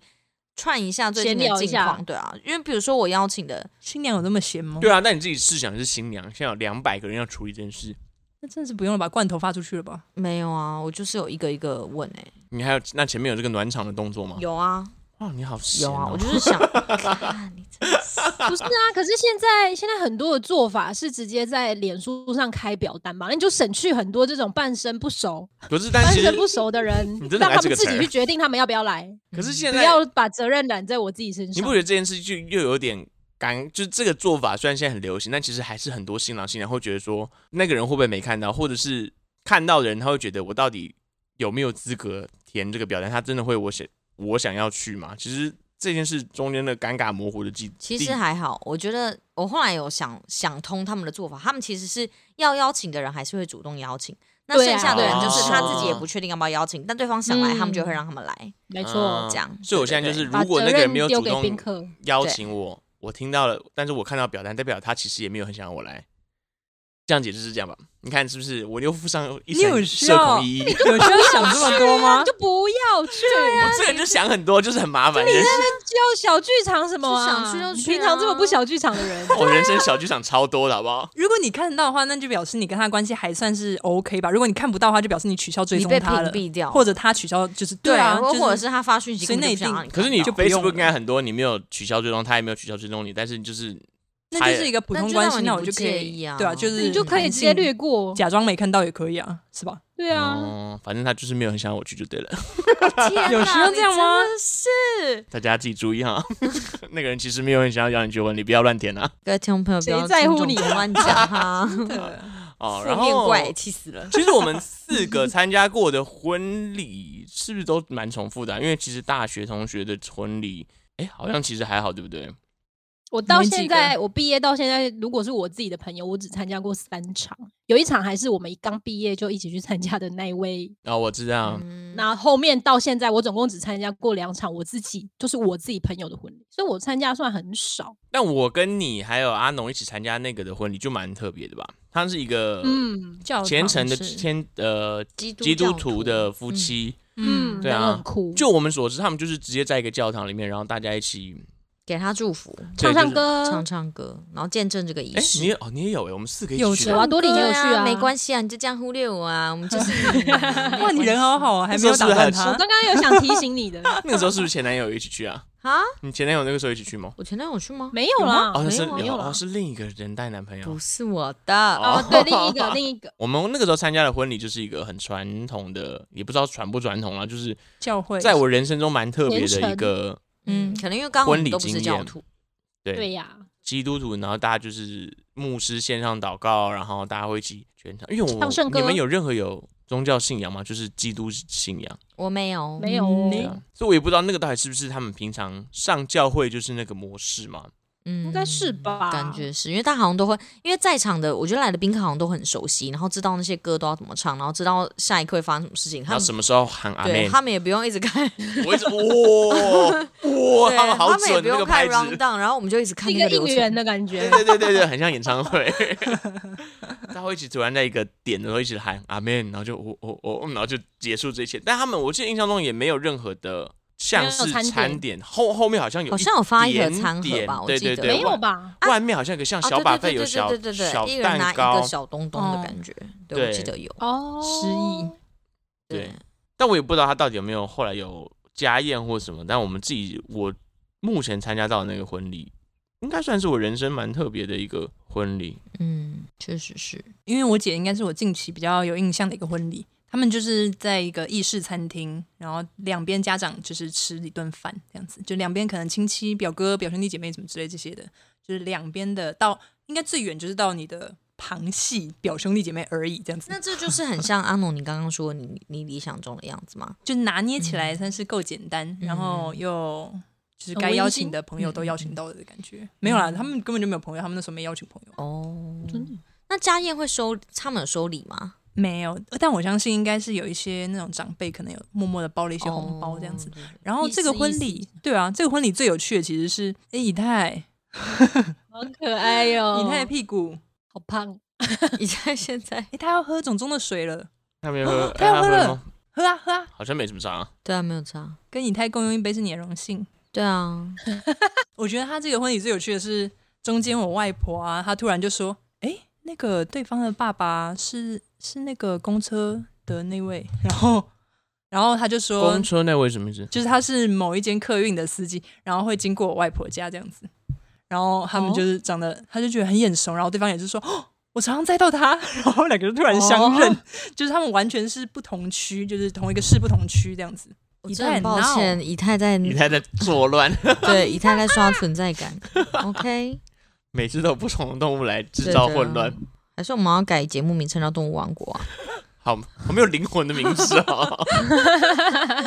Speaker 2: 串一下最近
Speaker 3: 闲
Speaker 2: 的
Speaker 3: 聊一
Speaker 2: 近
Speaker 3: 下
Speaker 2: 况，对啊，因为比如说我邀请的，
Speaker 4: 新娘有那么闲吗？
Speaker 1: 对啊，那你自己试想是新娘，现在有两百个人要处理这件事，
Speaker 4: 那真的是不用了吧，罐头发出去
Speaker 1: [LAUGHS]
Speaker 4: 了吧？
Speaker 2: 没有啊，我就是有一个一个问哎、
Speaker 1: 你还有那前面有这个暖场的动作吗？
Speaker 2: 有啊
Speaker 1: 哇，你好闲
Speaker 2: 有啊，
Speaker 1: 哦
Speaker 2: 我就是想， [LAUGHS] 看你真的是
Speaker 3: 不是啊，可是现在现在很多的做法是直接在脸书上开表单嘛，那你就省去很多这种半生不熟、
Speaker 1: [LAUGHS] 可是 [LAUGHS] 但
Speaker 3: 半
Speaker 1: 其实
Speaker 3: 生不熟的人
Speaker 1: 你，真的
Speaker 3: 让
Speaker 1: 爱
Speaker 3: 他
Speaker 1: 这
Speaker 3: 们
Speaker 1: 个
Speaker 3: 自
Speaker 1: 词
Speaker 3: 己
Speaker 1: 儿
Speaker 3: 去决定他们要不要来，
Speaker 1: 可
Speaker 2: 嗯
Speaker 1: 是现
Speaker 3: 不
Speaker 1: 在
Speaker 3: 要把责任揽在我自己身
Speaker 1: 你
Speaker 3: 上
Speaker 1: 不。觉得这件事就又有点尴？就是这个做法虽然现在很流行，但其实还是很多新郎新娘会觉得说，那个人会不会没看到，或者是看到的人他会觉得我到底有没有资格填这个表单？他真的会我想我想要去吗？其实这件事中间的尴尬模糊的嗯记，
Speaker 2: 其实还好，我觉得我后来有想想通他们的做法，他们其实是要邀请的人还是会主动邀请，那
Speaker 3: 对啊
Speaker 2: 剩下的人就是
Speaker 1: 哦
Speaker 2: 他自己也不确定要不要邀请，但对方想来，
Speaker 3: 嗯
Speaker 2: 他们就会让他们来。
Speaker 3: 没
Speaker 1: 嗯
Speaker 3: 错，
Speaker 2: 这样
Speaker 1: 所以我现在就是，
Speaker 2: 对
Speaker 1: 如
Speaker 3: 把
Speaker 1: 果
Speaker 3: 责
Speaker 1: 那个人
Speaker 3: 任
Speaker 1: 没有
Speaker 3: 丢
Speaker 1: 主
Speaker 3: 给
Speaker 1: 动
Speaker 3: 宾客。
Speaker 1: 邀请我，我听到了，但是我看到表单，代表他其实也没有很想要我来。这样解释是这样吧？你看是不是？我又附上一
Speaker 4: 你有
Speaker 1: 层
Speaker 4: 需
Speaker 1: 社
Speaker 4: 要
Speaker 1: 恐意义。 [LAUGHS]
Speaker 4: 有需要想这么多
Speaker 3: [LAUGHS]
Speaker 4: 吗？
Speaker 3: 就不要去，
Speaker 1: 我这个人就想很多，就是很麻烦。人生
Speaker 3: 就小剧场什么啊？
Speaker 2: 就想去就
Speaker 3: 你
Speaker 2: 去
Speaker 3: 平常这么
Speaker 2: 啊
Speaker 3: 不小剧场的人，
Speaker 1: 我人生小剧场超多的，好不好？
Speaker 4: 如果你看得到的话，那就表示你跟他关系还算是 OK 吧。如果你看不到的话，就表示你取消追
Speaker 2: 你
Speaker 4: 踪
Speaker 2: 被屏
Speaker 4: 他了，
Speaker 2: 蔽掉，
Speaker 4: 或者他取消就是
Speaker 2: 对
Speaker 4: 啊，
Speaker 2: 或或者
Speaker 4: 是
Speaker 2: 是他发讯息
Speaker 4: 所以
Speaker 2: 根本就不
Speaker 4: 那
Speaker 2: 想
Speaker 4: 一定
Speaker 2: 让你看到，
Speaker 1: 可是你
Speaker 2: [LAUGHS]
Speaker 4: 就不用
Speaker 1: Facebook
Speaker 4: 了
Speaker 1: 应该很多，你没有取消追踪，他也没有取消追踪你，但是你就是
Speaker 4: 那就是一个普通关系，那我
Speaker 2: 那就让你
Speaker 4: 就可
Speaker 2: 不介
Speaker 4: 以
Speaker 2: 意啊
Speaker 4: 对啊，就是
Speaker 3: 你就可以直接略，
Speaker 1: 嗯
Speaker 3: 过。
Speaker 4: 假装没看到也可以啊，是吧？
Speaker 3: 对啊，
Speaker 1: 哦，反正他就是没有很想让我去就对了。
Speaker 2: 天哪
Speaker 4: 有需要这样吗
Speaker 2: 你真的是
Speaker 1: 大家自己注意哈， [LAUGHS] 那个人其实没有很想要邀你去婚礼，不要乱填啊。
Speaker 2: [LAUGHS] 各位听众朋友，不
Speaker 3: 谁
Speaker 2: 要
Speaker 3: 在乎
Speaker 2: 听众
Speaker 3: 你
Speaker 2: 不要
Speaker 3: 啊
Speaker 2: 乱讲 [LAUGHS] 哈，
Speaker 1: 哦，然
Speaker 2: 负面
Speaker 1: 后
Speaker 2: 怪，气死了。
Speaker 1: 其实我们四个参加过的婚礼是不是都蛮重复的啊、因为其实大学同学的婚礼，哎、好像其实还好，对不对？
Speaker 3: 我到
Speaker 4: 你们
Speaker 3: 现
Speaker 4: 几个
Speaker 3: 在，我毕业到现在，如果是我自己的朋友，我只参加过三场，有一场还是我们刚毕业就一起去参加的那一位。
Speaker 1: 哦，我知道，
Speaker 2: 嗯
Speaker 3: 那后面到现在，我总共只参加过两场我自己，就是我自己朋友的婚礼，所以我参加算很少。
Speaker 1: 但我跟你还有阿农一起参加那个的婚礼，就蛮特别的吧？他是一个
Speaker 3: 嗯
Speaker 4: 教
Speaker 1: 虔诚的
Speaker 2: 教堂哦是
Speaker 1: 天呃
Speaker 2: 基督
Speaker 1: 基督
Speaker 2: 教
Speaker 1: 徒的夫妻，
Speaker 3: 嗯，
Speaker 1: 对
Speaker 3: 然后
Speaker 1: 啊
Speaker 3: 很酷，
Speaker 1: 就我们所知，他们就是直接在一个教堂里面，然后大家一起
Speaker 2: 给他祝福，
Speaker 3: 唱唱。歌
Speaker 2: 唱，唱歌，然后见证这个仪
Speaker 1: 哎、诶你
Speaker 2: 式。
Speaker 1: 也哦，你也有哎、我们四个一
Speaker 4: 有
Speaker 1: 起去
Speaker 3: 有
Speaker 1: 的。
Speaker 3: 啊，多里也有去
Speaker 2: 对啊，没
Speaker 3: 系。
Speaker 2: 关系啊，你就这样忽略我啊，我们就是
Speaker 3: [LAUGHS]
Speaker 4: 哇，你人
Speaker 3: 哦
Speaker 4: 好好啊，还没有打断
Speaker 3: 我
Speaker 4: 他。
Speaker 3: 刚刚有想提醒你的，
Speaker 1: [LAUGHS] 那个时候是不是前男友也一起去啊？
Speaker 2: 啊，
Speaker 1: 你前男友那个时候一起去吗？
Speaker 2: 我前男友去吗？
Speaker 3: 没有啦，
Speaker 1: 哦，那是
Speaker 2: 没有啊
Speaker 3: 没有啦
Speaker 1: 哦，是另一个人带男朋友
Speaker 2: 不。是我的，
Speaker 3: [LAUGHS] 哦，对，另一
Speaker 1: [LAUGHS]
Speaker 3: 个另一个，
Speaker 1: 我们那个时候参加的婚礼就是一个很传统的，也不知道传不传统啦，就是
Speaker 4: 教会
Speaker 1: 在我人生中蛮特别
Speaker 3: 虔
Speaker 1: 的
Speaker 3: 诚
Speaker 1: 一个
Speaker 2: 嗯，可能因为刚好我们都不是教徒，
Speaker 3: 对呀，
Speaker 1: 基督徒，然后大家就是牧师线上祷告，然后大家会一起全场，因为我
Speaker 3: 唱圣歌
Speaker 1: 你们有任何有宗教信仰吗？就是基督信仰，
Speaker 2: 我没有，
Speaker 3: 没有哦，
Speaker 4: 嗯
Speaker 1: 对啊所以我也不知道那个到底是不是他们平常上教会就是那个模式嘛。
Speaker 2: 嗯，
Speaker 3: 应该是吧？
Speaker 2: 感觉是因为大家好像都会，因为在场的，我觉得来的宾客好像都很熟悉，然后知道那些歌都要怎么唱，然后知道下一刻会发生什么事情。
Speaker 1: 然
Speaker 2: 他
Speaker 1: 后
Speaker 2: 们
Speaker 1: 什么时候喊阿
Speaker 2: 对
Speaker 1: 妹？
Speaker 2: 他们也不用一直
Speaker 1: [LAUGHS]
Speaker 2: 看，
Speaker 1: 我一直哇哇，
Speaker 2: [LAUGHS] 对
Speaker 1: 他们好
Speaker 2: 他们也
Speaker 1: 准那
Speaker 2: 不用
Speaker 1: 个
Speaker 2: 看
Speaker 1: 拍
Speaker 2: round
Speaker 1: 子。
Speaker 2: down，然后我们就一直
Speaker 3: 是
Speaker 2: 看
Speaker 3: 一
Speaker 2: 那
Speaker 3: 个
Speaker 2: 流
Speaker 3: 应
Speaker 2: 程
Speaker 3: 援。的感觉，
Speaker 1: 对对对对，很像演唱会。 [LAUGHS] 他会一起突然在一个点的时候一起喊阿 m 然后就我我我，嗯然后就结束这一切。但他们我记得印象中也没有任何的像是
Speaker 3: 没有餐
Speaker 1: 餐
Speaker 3: 点
Speaker 1: 点，后后面好像有
Speaker 2: 好
Speaker 1: 一
Speaker 2: 像有发一盒
Speaker 1: 点
Speaker 2: 餐盒
Speaker 1: 点
Speaker 2: 吧，我
Speaker 1: 对
Speaker 2: 记
Speaker 1: 对
Speaker 2: 得
Speaker 1: 对
Speaker 3: 没有啊吧？
Speaker 1: 外面好像有个像
Speaker 2: 啊
Speaker 1: 小
Speaker 2: 对
Speaker 1: 把
Speaker 2: 对
Speaker 1: 费，有
Speaker 2: 对
Speaker 1: 小
Speaker 2: 对对对
Speaker 1: 小
Speaker 2: 对，一人拿
Speaker 1: 蛋
Speaker 2: 一个
Speaker 1: 糕。
Speaker 2: 小东东的
Speaker 4: 嗯
Speaker 2: 感觉，对我记
Speaker 1: 对
Speaker 2: 得有。
Speaker 3: 哦，
Speaker 4: 失忆，
Speaker 1: 对，但我也不知道他到底有没有后来有家宴或什么。但我们自己，我目前参加到的那个婚礼，应该算是我人生蛮特别的一个婚礼。
Speaker 2: 嗯，确实是。
Speaker 4: 因为我姐应该是我近期比较有印象的一个婚礼，他们就是在一个意式餐厅，然后两边家长就是吃一顿饭这样子，就两边可能亲戚、表哥、表兄弟姐妹什么之类这些的，就是两边的到应该最远就是到你的旁系表兄弟姐妹而已，这样子
Speaker 2: 那，这就是很像阿诺你刚刚说你你你理想中的样子吗？
Speaker 4: 就拿捏起来算是够简单，然后又。就是该邀请的朋友都邀请到了的感觉，没有啦，他们根本就没有朋友，他们那时候没邀请朋友，
Speaker 2: 哦，
Speaker 3: 真的
Speaker 2: 那家宴会收他们有收礼吗？
Speaker 4: 没有。呃但我相信应该是有一些那种长辈可能有默默的包了一些红包这样子
Speaker 2: 哦，，对对对
Speaker 4: 然后
Speaker 3: 意
Speaker 4: 这个
Speaker 3: 思
Speaker 4: 婚
Speaker 3: 意思
Speaker 4: 礼，对啊，这个婚礼最有趣的其实是，哎，以太，
Speaker 3: 好可爱哟，
Speaker 4: 以太的屁股，
Speaker 3: 好胖，哦
Speaker 2: [LAUGHS] 你在现在
Speaker 4: 哎，他要喝种种的水了，
Speaker 1: 他没
Speaker 2: 哦
Speaker 1: 喝，
Speaker 2: 啊
Speaker 4: 他要
Speaker 1: 哎
Speaker 4: 喝
Speaker 1: 吗
Speaker 4: 了喝啊喝啊，
Speaker 1: 好像没什么伤、啊。
Speaker 2: 对啊，没有差。
Speaker 4: 跟以太共用一杯是你的荣幸。
Speaker 2: 对啊，
Speaker 4: 我觉得他这个婚礼最有趣的是，中间我外婆啊，她突然就说，哎，那个对方的爸爸是是那个公车的那位，然后然后他就说
Speaker 1: 公，车那位什么意
Speaker 2: 嗯
Speaker 1: 思？
Speaker 4: 就是他是某一间客运的司机，然后会经过我外婆家这样子，然后他
Speaker 1: 哦
Speaker 4: 们就是长得，他就觉得很眼熟，然后对方也是说，哦，我常常载到他， [LAUGHS] 然后两个人突然相认，
Speaker 1: 哦
Speaker 4: 就是他们完全是不同区，就是同一个市不同区这样子。
Speaker 2: 我
Speaker 4: 以
Speaker 2: 真的
Speaker 4: 太
Speaker 2: 很抱
Speaker 4: 闹
Speaker 2: 歉，以太在
Speaker 1: 你还在作乱，
Speaker 2: 对以太在刷存在感。OK，
Speaker 1: 每次都有不同的动物来制造混乱
Speaker 2: 对。还是我们要改节目名称叫《动物王国》啊？
Speaker 1: 好，我没有灵魂的名字啊，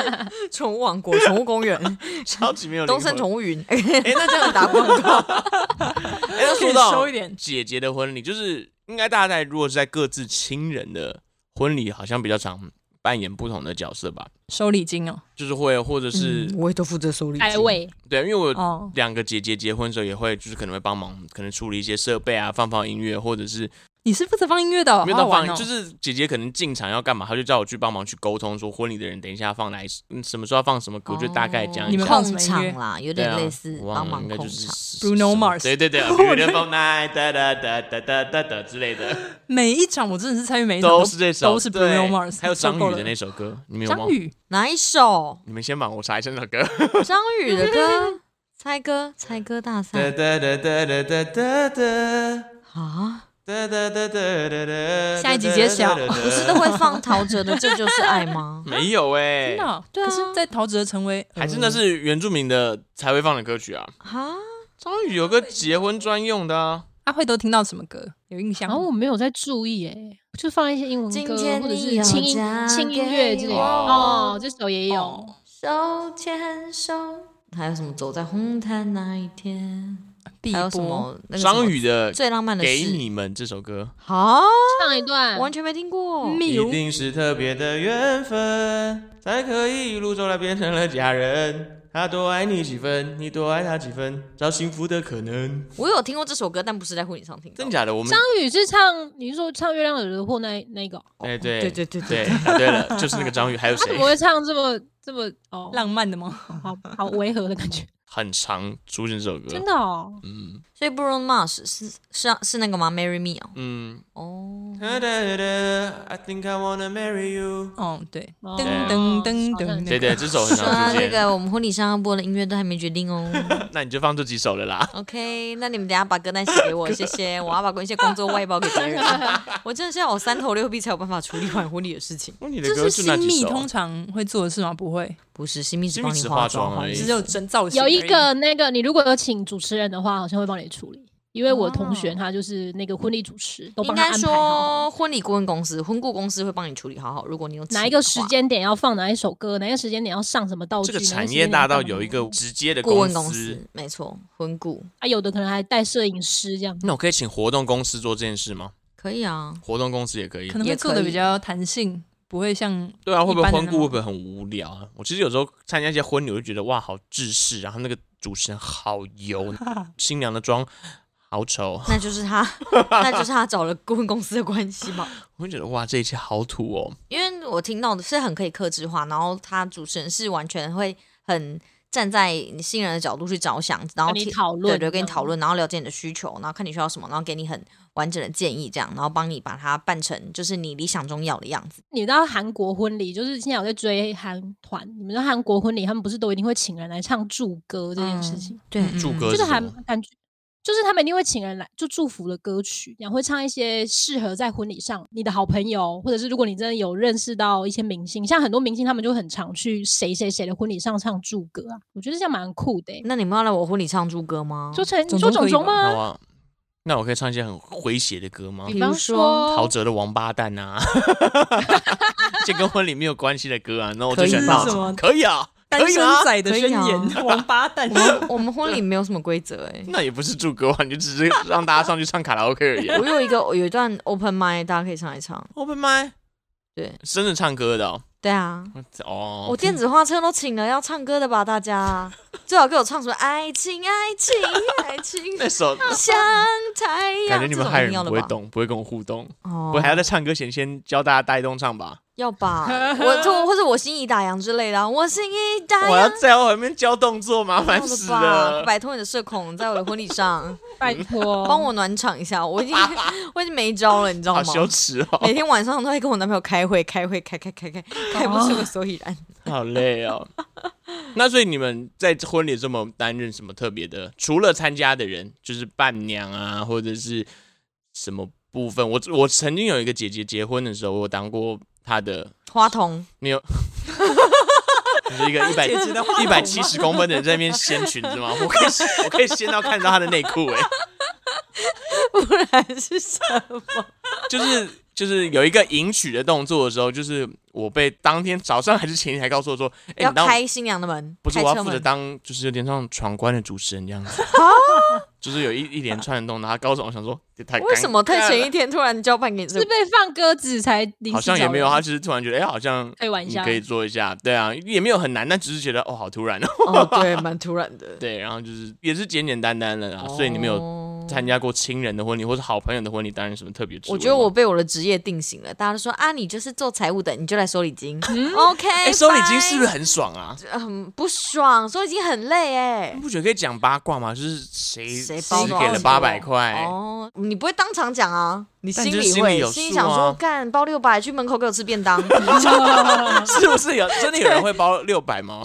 Speaker 4: [LAUGHS]
Speaker 2: 宠物王国、宠物公园、
Speaker 1: 超级没有灵
Speaker 2: [LAUGHS] 东
Speaker 1: 魂
Speaker 2: 森。宠物云。
Speaker 1: 哎、那这样
Speaker 2: 打广
Speaker 4: [LAUGHS]
Speaker 2: 告，
Speaker 1: 哎、那说
Speaker 4: 可以
Speaker 1: 到
Speaker 4: 收一点
Speaker 1: 姐姐的婚礼，就是应该大家在如果是在各自亲人的婚礼，好像比较常扮演不同的角色吧，
Speaker 4: 收礼金哦，
Speaker 1: 就是会或者是、
Speaker 2: 嗯我也都负责收
Speaker 1: 哎
Speaker 2: 礼
Speaker 3: 开
Speaker 2: 金
Speaker 3: 胃，
Speaker 1: 对，因为我有
Speaker 4: 哦，
Speaker 1: 两个姐姐结婚的时候也会，就是可能会帮忙，可能处理一些设备啊，放放音乐，或者是
Speaker 4: 你是负责放音乐的哦、
Speaker 1: 没有
Speaker 4: 好
Speaker 1: 到
Speaker 4: 好玩
Speaker 1: 放，
Speaker 4: 哦。
Speaker 1: 就是姐姐可能进场要干嘛，她就叫我去帮忙去沟通，说婚礼的人等一下放哪一嗯什么时候要放什么歌，就大概讲
Speaker 4: 你
Speaker 1: 一
Speaker 4: 们
Speaker 1: 下
Speaker 4: 放。
Speaker 2: 控
Speaker 4: 什么音乐
Speaker 2: 场啦，有
Speaker 1: 对
Speaker 2: 点
Speaker 1: 啊
Speaker 2: 类似
Speaker 1: 我忘
Speaker 2: 帮
Speaker 1: 了，
Speaker 2: 忙
Speaker 1: 应该就
Speaker 2: 控
Speaker 1: 是
Speaker 2: 场。
Speaker 1: 是
Speaker 4: Bruno
Speaker 1: 什么
Speaker 4: Mars
Speaker 1: 对对对，Beautiful Night，哒哒哒哒哒哒哒之类的，
Speaker 4: 每一场我真的是参与每一场
Speaker 1: 都是这首，
Speaker 4: 都是
Speaker 1: 对
Speaker 4: Bruno Mars，
Speaker 1: 还有张宇的那
Speaker 4: 首。
Speaker 1: 首歌，你们有吗
Speaker 4: 张？宇
Speaker 2: 哪一首？
Speaker 1: 你们先帮我查一下那首歌。
Speaker 2: 张宇的
Speaker 1: [LAUGHS]
Speaker 2: 歌，猜歌，猜歌大赛
Speaker 1: 哒哒哒哒哒哒哒。
Speaker 2: 啊！
Speaker 1: 哒哒哒哒哒哒？
Speaker 4: 下一集揭晓
Speaker 2: 不是都会放陶喆的《这就是爱》吗
Speaker 1: 没有哎、
Speaker 4: 真的哦、
Speaker 2: 对啊
Speaker 4: 可是在陶喆成为
Speaker 1: 还真的是原住民的才会放的歌曲啊。
Speaker 2: 啊，
Speaker 1: 张宇有个结婚专用的啊，
Speaker 4: 阿慧都听到什么歌？哦有印象
Speaker 3: 然
Speaker 4: 吗？
Speaker 3: 后我没有在注意诶、就放一些英文
Speaker 2: 今
Speaker 3: 歌
Speaker 2: 天
Speaker 3: 或者
Speaker 2: 你
Speaker 3: 是
Speaker 2: 有
Speaker 3: 轻音
Speaker 2: 嫁
Speaker 3: 轻音乐之类
Speaker 2: 给
Speaker 3: 的。
Speaker 1: 我
Speaker 3: 哦，这首也有。
Speaker 4: 哦
Speaker 2: 手牵手，还有什么走在红毯那一天，
Speaker 4: 碧
Speaker 2: 还有什
Speaker 4: 波
Speaker 2: 么那个
Speaker 1: 张
Speaker 2: 什么
Speaker 1: 宇的《
Speaker 2: 最浪漫的
Speaker 1: 给
Speaker 2: 事
Speaker 1: 你们》这首歌，
Speaker 2: 啊，
Speaker 3: 唱一段，
Speaker 2: 完全没听过。
Speaker 4: 密
Speaker 1: 一
Speaker 4: 如
Speaker 1: 定是特别的缘分，才可以一路走来变成了家人。他多爱你几分，你多爱他几分，找幸福的可能。
Speaker 2: 我有听过这首歌，但不是在婚礼上听到
Speaker 1: 真。假的？我们
Speaker 3: 张宇是唱，你是说唱《月亮惹的祸》那那个哦？
Speaker 1: 哎对
Speaker 2: 对对对对
Speaker 1: 对，答对了，就是那个张宇，还有
Speaker 3: 他怎
Speaker 1: 谁
Speaker 3: 么？会唱这么这么哦，
Speaker 4: 浪漫的吗？
Speaker 3: 好好违和的感觉？
Speaker 1: 很常出现这首歌，
Speaker 3: [LAUGHS] 真的哦，
Speaker 1: 嗯
Speaker 2: 所以 Bruno Mars 是是啊是那个吗？Marry Me 哦。
Speaker 1: 嗯。
Speaker 2: 哦，
Speaker 1: I think I wanna marry you。
Speaker 4: 哦，对，
Speaker 3: 哦
Speaker 4: 噔
Speaker 3: 好
Speaker 4: 噔噔
Speaker 3: 像
Speaker 4: 噔，
Speaker 1: 对对，这首很
Speaker 2: 说到
Speaker 1: 常出
Speaker 2: [LAUGHS] 这
Speaker 1: 现，
Speaker 2: 个，我们婚礼上要播的音乐都还没决定
Speaker 3: [LAUGHS]
Speaker 2: 哦。
Speaker 1: 那你就放这几首了啦。
Speaker 2: OK，那你们等一下把歌单写给我，谢
Speaker 3: [LAUGHS]
Speaker 2: 谢。我要把一些工作外包给别人。我真的是要有三头六臂才有办法处理完婚礼的事情。
Speaker 1: 你的
Speaker 4: 这
Speaker 1: 歌
Speaker 4: 是
Speaker 1: 就那
Speaker 4: 新
Speaker 1: 几
Speaker 4: 密
Speaker 1: 首啊
Speaker 4: 通。常会做的事吗？不会，
Speaker 2: 不是，新密只帮
Speaker 1: 新密
Speaker 2: 你
Speaker 1: 只
Speaker 2: 化
Speaker 1: 化妆
Speaker 2: 化
Speaker 1: 而已
Speaker 2: 一
Speaker 1: 是
Speaker 4: 只
Speaker 2: 下
Speaker 4: 有整造型。
Speaker 3: 有一个那个，你如果有请主持人的话，好像会帮你处理，因为我同学他就是那个婚礼主持，都
Speaker 2: 哦应
Speaker 3: 帮他
Speaker 2: 该
Speaker 3: 安排好好。
Speaker 2: 说婚礼顾问公司、婚顾公司会帮你处理好好。如果你有请
Speaker 3: 哪一个
Speaker 2: 的
Speaker 3: 时
Speaker 2: 话
Speaker 3: 间点要放哪一首歌，哪一个时间点要上什么道
Speaker 1: 这
Speaker 3: 具？
Speaker 1: 个
Speaker 3: 哪
Speaker 1: 产
Speaker 3: 时
Speaker 1: 业
Speaker 3: 间
Speaker 1: 大
Speaker 3: 点要
Speaker 1: 到
Speaker 3: 干嘛
Speaker 1: 有一个直接的
Speaker 2: 顾问公
Speaker 1: 司，
Speaker 2: 司，没错，婚顾
Speaker 3: 啊，有的可能还带摄影师这样。
Speaker 1: 那我可以请活动公司做这件事吗？
Speaker 2: 可以啊。
Speaker 1: 活动公司也可以
Speaker 4: 可。能会做的比较弹性，不会像
Speaker 1: 对啊，会不会
Speaker 4: 一般的
Speaker 1: 婚
Speaker 4: 那
Speaker 1: 顾
Speaker 4: 种
Speaker 1: 会不会很无聊啊？我其实有时候参加一些婚礼，我就觉得哇，好制式，然后那个主持人好油，新娘的妆好丑，
Speaker 2: 那就是
Speaker 1: [LAUGHS]
Speaker 2: 他，那就是他找了顾问公司的关系嘛。
Speaker 1: 我会觉得哇，这一切好土哦。
Speaker 2: 因为我听到的是很可以克制化，然后他主持人是完全会很站在你新人的角度去着想，然后
Speaker 3: 跟你
Speaker 2: 听
Speaker 3: 讨论
Speaker 2: 对对，跟你
Speaker 3: 这样
Speaker 2: 讨论，然后了解你的需求，然后看你需要什么，然后给你很完整的建议，这样，然后帮你把它办成就是你理想中要的样子。
Speaker 3: 你知道韩国婚礼，就是现在我在追韩团，你们知道韩国婚礼，他们不是都一定会请人来唱祝歌这件事情，
Speaker 2: 对，
Speaker 4: 嗯
Speaker 1: 祝
Speaker 4: 嗯
Speaker 1: 歌
Speaker 3: 就是
Speaker 1: 是什
Speaker 3: 还
Speaker 1: 么
Speaker 3: 感觉。就是他们一定会请人来，就祝福的歌曲，然后会唱一些适合在婚礼上你的好朋友，或者是如果你真的有认识到一些明星，像很多明星他们就很常去谁谁谁的婚礼上唱祝歌啊，我觉得这样蛮酷的欸、
Speaker 2: 那你们要来我婚礼唱祝歌吗？
Speaker 3: 就成
Speaker 4: 种
Speaker 3: 就
Speaker 4: 种
Speaker 3: 种
Speaker 4: 可以
Speaker 3: 种
Speaker 1: 那
Speaker 3: 吗？
Speaker 1: 我那我可以唱一些很诙谐的歌吗？
Speaker 3: 比
Speaker 2: 比
Speaker 3: 方
Speaker 2: 如说
Speaker 1: 陶喆的《王八蛋》啊，这跟婚礼没有关系的歌啊，那我就
Speaker 2: 可以
Speaker 1: 选
Speaker 2: 吗
Speaker 1: 到
Speaker 4: 是吗
Speaker 1: 可以啊，
Speaker 4: 单
Speaker 1: 可以
Speaker 4: 身
Speaker 1: 啊，
Speaker 4: 仔的
Speaker 2: 可以
Speaker 4: 宣
Speaker 2: 啊
Speaker 4: 言，王八蛋。
Speaker 2: 我们婚礼没有什么规则
Speaker 3: [LAUGHS]
Speaker 2: 哎、
Speaker 1: 那也不是祝歌啊，你就只是让大家上去唱卡拉 OK 而已啊。
Speaker 2: 我有一个我有一段 open mic，大家可以上来唱。
Speaker 1: Open m
Speaker 2: [LAUGHS] 对，
Speaker 1: 真的唱歌的哦。
Speaker 2: 对啊，
Speaker 1: 哦，
Speaker 2: 我电子画册都请了要唱歌的吧，大家最好给我唱什么爱情爱情爱情
Speaker 1: [LAUGHS] 那首
Speaker 2: 像太阳，
Speaker 1: 感觉你们害
Speaker 2: 还
Speaker 1: 人不会懂，不会跟我互动。
Speaker 2: 哦
Speaker 1: 我还要在唱歌前先教大家带动唱吧。[LAUGHS]
Speaker 2: 要吧，我就或者我心已打烊之类的啊，我心已打
Speaker 1: 我要
Speaker 2: 烊。
Speaker 1: 在我旁边教动作，麻烦
Speaker 2: 要
Speaker 1: 死
Speaker 2: 吧
Speaker 1: 了。哦
Speaker 2: 摆脱你的社恐，在我的婚礼上
Speaker 3: 拜
Speaker 2: [LAUGHS]
Speaker 3: 托，
Speaker 2: 帮我暖场一下，我已经 [LAUGHS] 我已经没招了，你知道
Speaker 1: 好
Speaker 2: 吗？
Speaker 1: 羞耻哦，
Speaker 2: 每天晚上都在跟我男朋友开会，开会，开开开开，
Speaker 1: 哦
Speaker 2: 开不出个所以然。
Speaker 1: 好累哦。 [LAUGHS] 那所以你们在婚礼这么担任什么特别的？除了参加的人，就是伴娘啊，或者是什么部分？我我曾经有一个姐姐结婚的时候，我当过她的
Speaker 2: 花童，
Speaker 1: 没有，你是一个一百
Speaker 4: 姐姐的话筒吗
Speaker 1: 一百七十公分的人在那边掀裙子吗？我可以我可以掀到看到她的内裤哎，
Speaker 2: [LAUGHS] 不然是什么？
Speaker 1: [LAUGHS] 就是就是有一个迎娶的动作的时候，就是我被当天早上还是前一天还告诉我说，哎、
Speaker 2: 要
Speaker 1: 你当
Speaker 2: 开新娘的门，
Speaker 1: 不是
Speaker 2: 开
Speaker 1: 我
Speaker 2: 车
Speaker 1: 要负责
Speaker 2: 门啊
Speaker 1: 当就是有点像闯关的主持人这样子， [LAUGHS] 就是有一一连串的动作，他告诉我我想说这太
Speaker 2: 为什么
Speaker 1: 太
Speaker 2: 在前一天突然交办给你这
Speaker 3: 是
Speaker 1: [LAUGHS]
Speaker 2: 个？
Speaker 3: 被放鸽子才临时
Speaker 1: 好像也
Speaker 3: 找
Speaker 1: 没有，
Speaker 3: 人
Speaker 1: 他只是突然觉得哎、好像
Speaker 3: 可以玩一
Speaker 1: 你
Speaker 3: 下，
Speaker 1: 可以做一下，对啊，也没有很难，但只是觉得哦好突然哦，
Speaker 2: 哦，对，蛮突然的。
Speaker 1: 啊对，然后就是也是简简单单的啦，所以你们有
Speaker 2: 哦
Speaker 1: 参加过亲人的婚礼或是好朋友的婚礼担任什么特别职位
Speaker 2: 我
Speaker 1: 吗？
Speaker 2: 觉得我被我的职业定型了，大家都说啊，你就是做财务的，你就来收礼
Speaker 1: [LAUGHS]
Speaker 2: 金。OK，、
Speaker 1: 哎、收礼金
Speaker 2: 欸
Speaker 1: 是不是很爽啊？
Speaker 2: 很不爽？收礼金很累哎
Speaker 1: 你、不觉得可以讲八卦吗？就是谁
Speaker 2: 谁包
Speaker 1: 谁
Speaker 2: 多
Speaker 1: 给
Speaker 2: 少
Speaker 1: 了
Speaker 2: 钱
Speaker 1: 八百块，
Speaker 2: 哦，你不会当场讲啊，你
Speaker 1: 但
Speaker 2: 心
Speaker 1: 就是
Speaker 2: 里
Speaker 1: 心里
Speaker 2: 会
Speaker 1: 有
Speaker 2: 心里
Speaker 1: 数
Speaker 2: 想说，
Speaker 1: 啊
Speaker 2: 干包六百去门口给我吃便当， [LAUGHS]
Speaker 1: [LAUGHS] 是不是有真的有人会包六百
Speaker 2: [LAUGHS]
Speaker 1: 吗？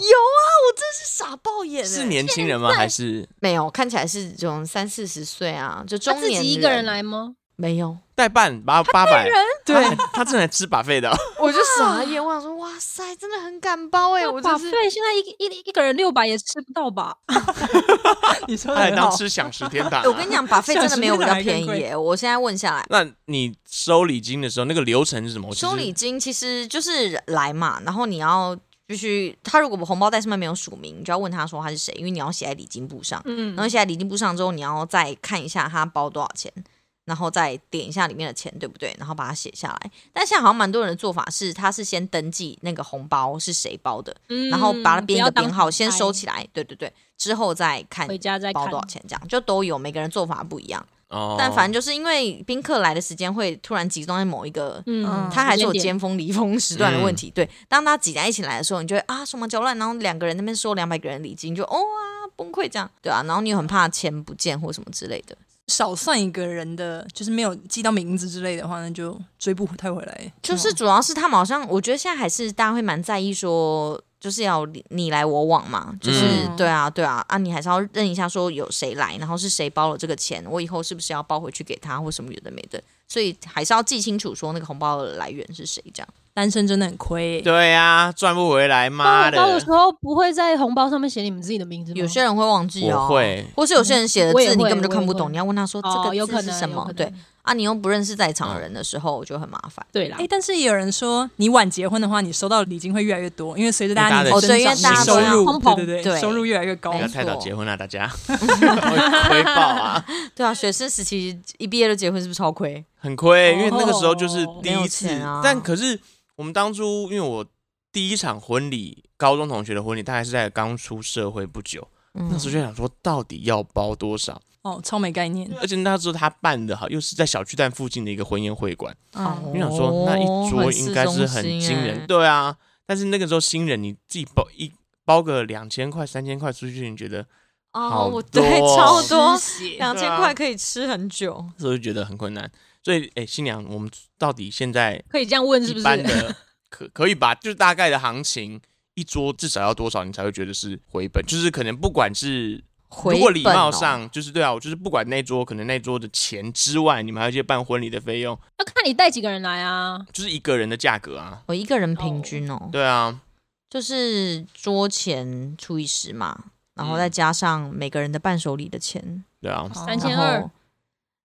Speaker 2: 傻爆眼、欸。
Speaker 1: 是年轻人吗？还是
Speaker 2: 没有，看起来是这种三四十岁啊，就
Speaker 3: 他
Speaker 2: 中
Speaker 3: 自
Speaker 2: 年
Speaker 3: 己一个人来吗？
Speaker 2: 没有，
Speaker 1: 代办八八百？对，他真的吃把费
Speaker 2: [LAUGHS]
Speaker 1: 的哦，
Speaker 2: 我就傻眼，我想说，哇塞，真的很敢包哎、我
Speaker 3: 把
Speaker 2: 就是
Speaker 3: 费现在一一一个人六百也吃不到吧？
Speaker 4: 你
Speaker 1: 他
Speaker 4: 说的
Speaker 1: 还
Speaker 4: 很好
Speaker 1: 当，吃享食天堂啊、
Speaker 2: [LAUGHS] 我跟你讲，把费真的没有
Speaker 3: [LAUGHS]
Speaker 2: 比较便
Speaker 4: 像是
Speaker 2: 宜、
Speaker 4: 那个还
Speaker 2: 欸。我现在问下来，
Speaker 1: 那你收礼金的时候，那个流程是什么？我其实
Speaker 2: 收礼金其实就是来嘛，然后你要必须，他如果红包袋上面没有署名，你就要问他说他是谁，因为你要写在礼金簿上。
Speaker 3: 嗯
Speaker 2: 然，后写在礼金簿上之后，你要再看一下他包多少钱，然后再点一下里面的钱，对不对？然后把它写下来。但现在好像蛮多人的做法是，他是先登记那个红包是谁包的，然后把它
Speaker 3: 嗯
Speaker 2: 编一个编号，先收
Speaker 3: 不
Speaker 2: 起来。对对对，之后再看
Speaker 3: 要当回家再
Speaker 2: 包
Speaker 3: 看
Speaker 2: 多少钱，这样就都有，每个人做法不一样。
Speaker 1: 哦，
Speaker 2: 但反正就是因为宾客来的时间会突然集中在某一个
Speaker 3: 嗯，
Speaker 2: 他还是有
Speaker 3: 时间
Speaker 2: 尖峰离峰时段的问题。对，当他挤在一起来的时候，你就会啊手忙脚乱，然后两个人那边收两百个人礼金，你就哦啊崩溃这样，对啊，然后你又很怕钱不见或什么之类的，
Speaker 4: 少算一个人的，就是没有记到名字之类的话，那就追不太回来。
Speaker 2: 就是主要是他们好像，我觉得现在还是大家会蛮在意说。就是要你你来我往嘛，就是、
Speaker 4: 嗯
Speaker 2: 对啊，对啊，啊，你还是要认一下，说有谁来，然后是谁包了这个钱，我以后是不是要包回去给他或什么有的没的，所以还是要记清楚说那个红包的来源是谁，这样。
Speaker 4: 单身真的很亏、欸，
Speaker 1: 对呀，赚不回来，
Speaker 3: 包
Speaker 1: 妈
Speaker 3: 红包的时
Speaker 1: 的，
Speaker 3: 候不会在红包上面写你们自己的名字吗？
Speaker 2: 有些人会忘记哦，
Speaker 1: 我会
Speaker 2: 或是有些人写的
Speaker 3: 嗯我也
Speaker 2: 字你
Speaker 3: 会
Speaker 2: 根本就
Speaker 3: 我也
Speaker 2: 看不
Speaker 3: 会
Speaker 2: 懂，你要问他说
Speaker 3: 哦
Speaker 2: 这
Speaker 3: 有
Speaker 2: 个
Speaker 3: 可
Speaker 2: 字
Speaker 3: 能
Speaker 2: 是什
Speaker 3: 有
Speaker 2: 么
Speaker 3: 可？
Speaker 2: 对
Speaker 3: 能
Speaker 2: 啊，你又不认识在场的人的时候就很麻烦。
Speaker 3: 对啦
Speaker 4: 哎、，但是也有人说，你晚结婚的话，你收到礼金会越来越多，因为随着大
Speaker 1: 因
Speaker 4: 家
Speaker 1: 为
Speaker 4: 年
Speaker 1: 大
Speaker 4: 纪
Speaker 1: 家的
Speaker 4: 增
Speaker 2: 哦对因为大家
Speaker 4: 长，收
Speaker 2: 都
Speaker 4: 入
Speaker 3: 要
Speaker 4: 对对
Speaker 2: 对
Speaker 4: 收入越来越高
Speaker 1: 不
Speaker 2: 没
Speaker 1: 要
Speaker 2: 错
Speaker 1: 太早结婚了，啊大家 [LAUGHS] 会亏爆啊，
Speaker 2: 对啊，学生时期一毕业就结婚是不是超亏？
Speaker 1: 很亏，因为那个时候就是
Speaker 3: 哦
Speaker 1: 第
Speaker 2: 没
Speaker 1: 一
Speaker 2: 有
Speaker 1: 次
Speaker 2: 钱啊。
Speaker 1: 但可是我们当初，因为我第一场婚礼，高中同学的婚礼，大概是在刚出社会不久，
Speaker 3: 嗯
Speaker 2: 嗯
Speaker 1: 那时候就想说到底要包多少，
Speaker 4: 哦，超没概念。
Speaker 1: 而且那时候他办的好，又是在小巨蛋附近的一个婚宴会馆。
Speaker 4: 嗯，
Speaker 1: 我想说，那一
Speaker 2: 哦
Speaker 1: 桌应该是很惊
Speaker 2: 欸
Speaker 1: 人，对啊。但是那个时候新人，你自己包一包个两千块、三千块出去，你觉得好
Speaker 2: 哦，我
Speaker 4: [LAUGHS]
Speaker 1: 多
Speaker 2: 对超
Speaker 1: 哦
Speaker 2: 多
Speaker 4: 失，血
Speaker 2: 两千
Speaker 1: 对啊
Speaker 2: 块可以吃很久。
Speaker 1: 那时候就觉得很困难。所以，哎、新娘，我们到底现在
Speaker 3: 可以这样问是不
Speaker 1: 一
Speaker 3: 是？
Speaker 1: 般的可可以吧？就是大概的行情，一桌至少要多少，你才会觉得是回本？就是可能不管是
Speaker 2: 回
Speaker 1: 如果礼
Speaker 2: 本
Speaker 1: 貌
Speaker 2: 哦
Speaker 1: 上，就是对啊，我就是不管那桌可能那桌的钱之外，你们还有一些办婚礼的费用，
Speaker 3: 要看你带几个人来啊。
Speaker 1: 就是一个人的价格啊。
Speaker 2: 我一个人平均哦，
Speaker 1: 对啊，
Speaker 2: 就是桌钱除以十嘛，然后
Speaker 1: 嗯
Speaker 2: 再加上每个人的伴手礼的钱，
Speaker 1: 对啊，
Speaker 4: 哦
Speaker 3: 三千
Speaker 2: 然
Speaker 3: 1200
Speaker 2: 后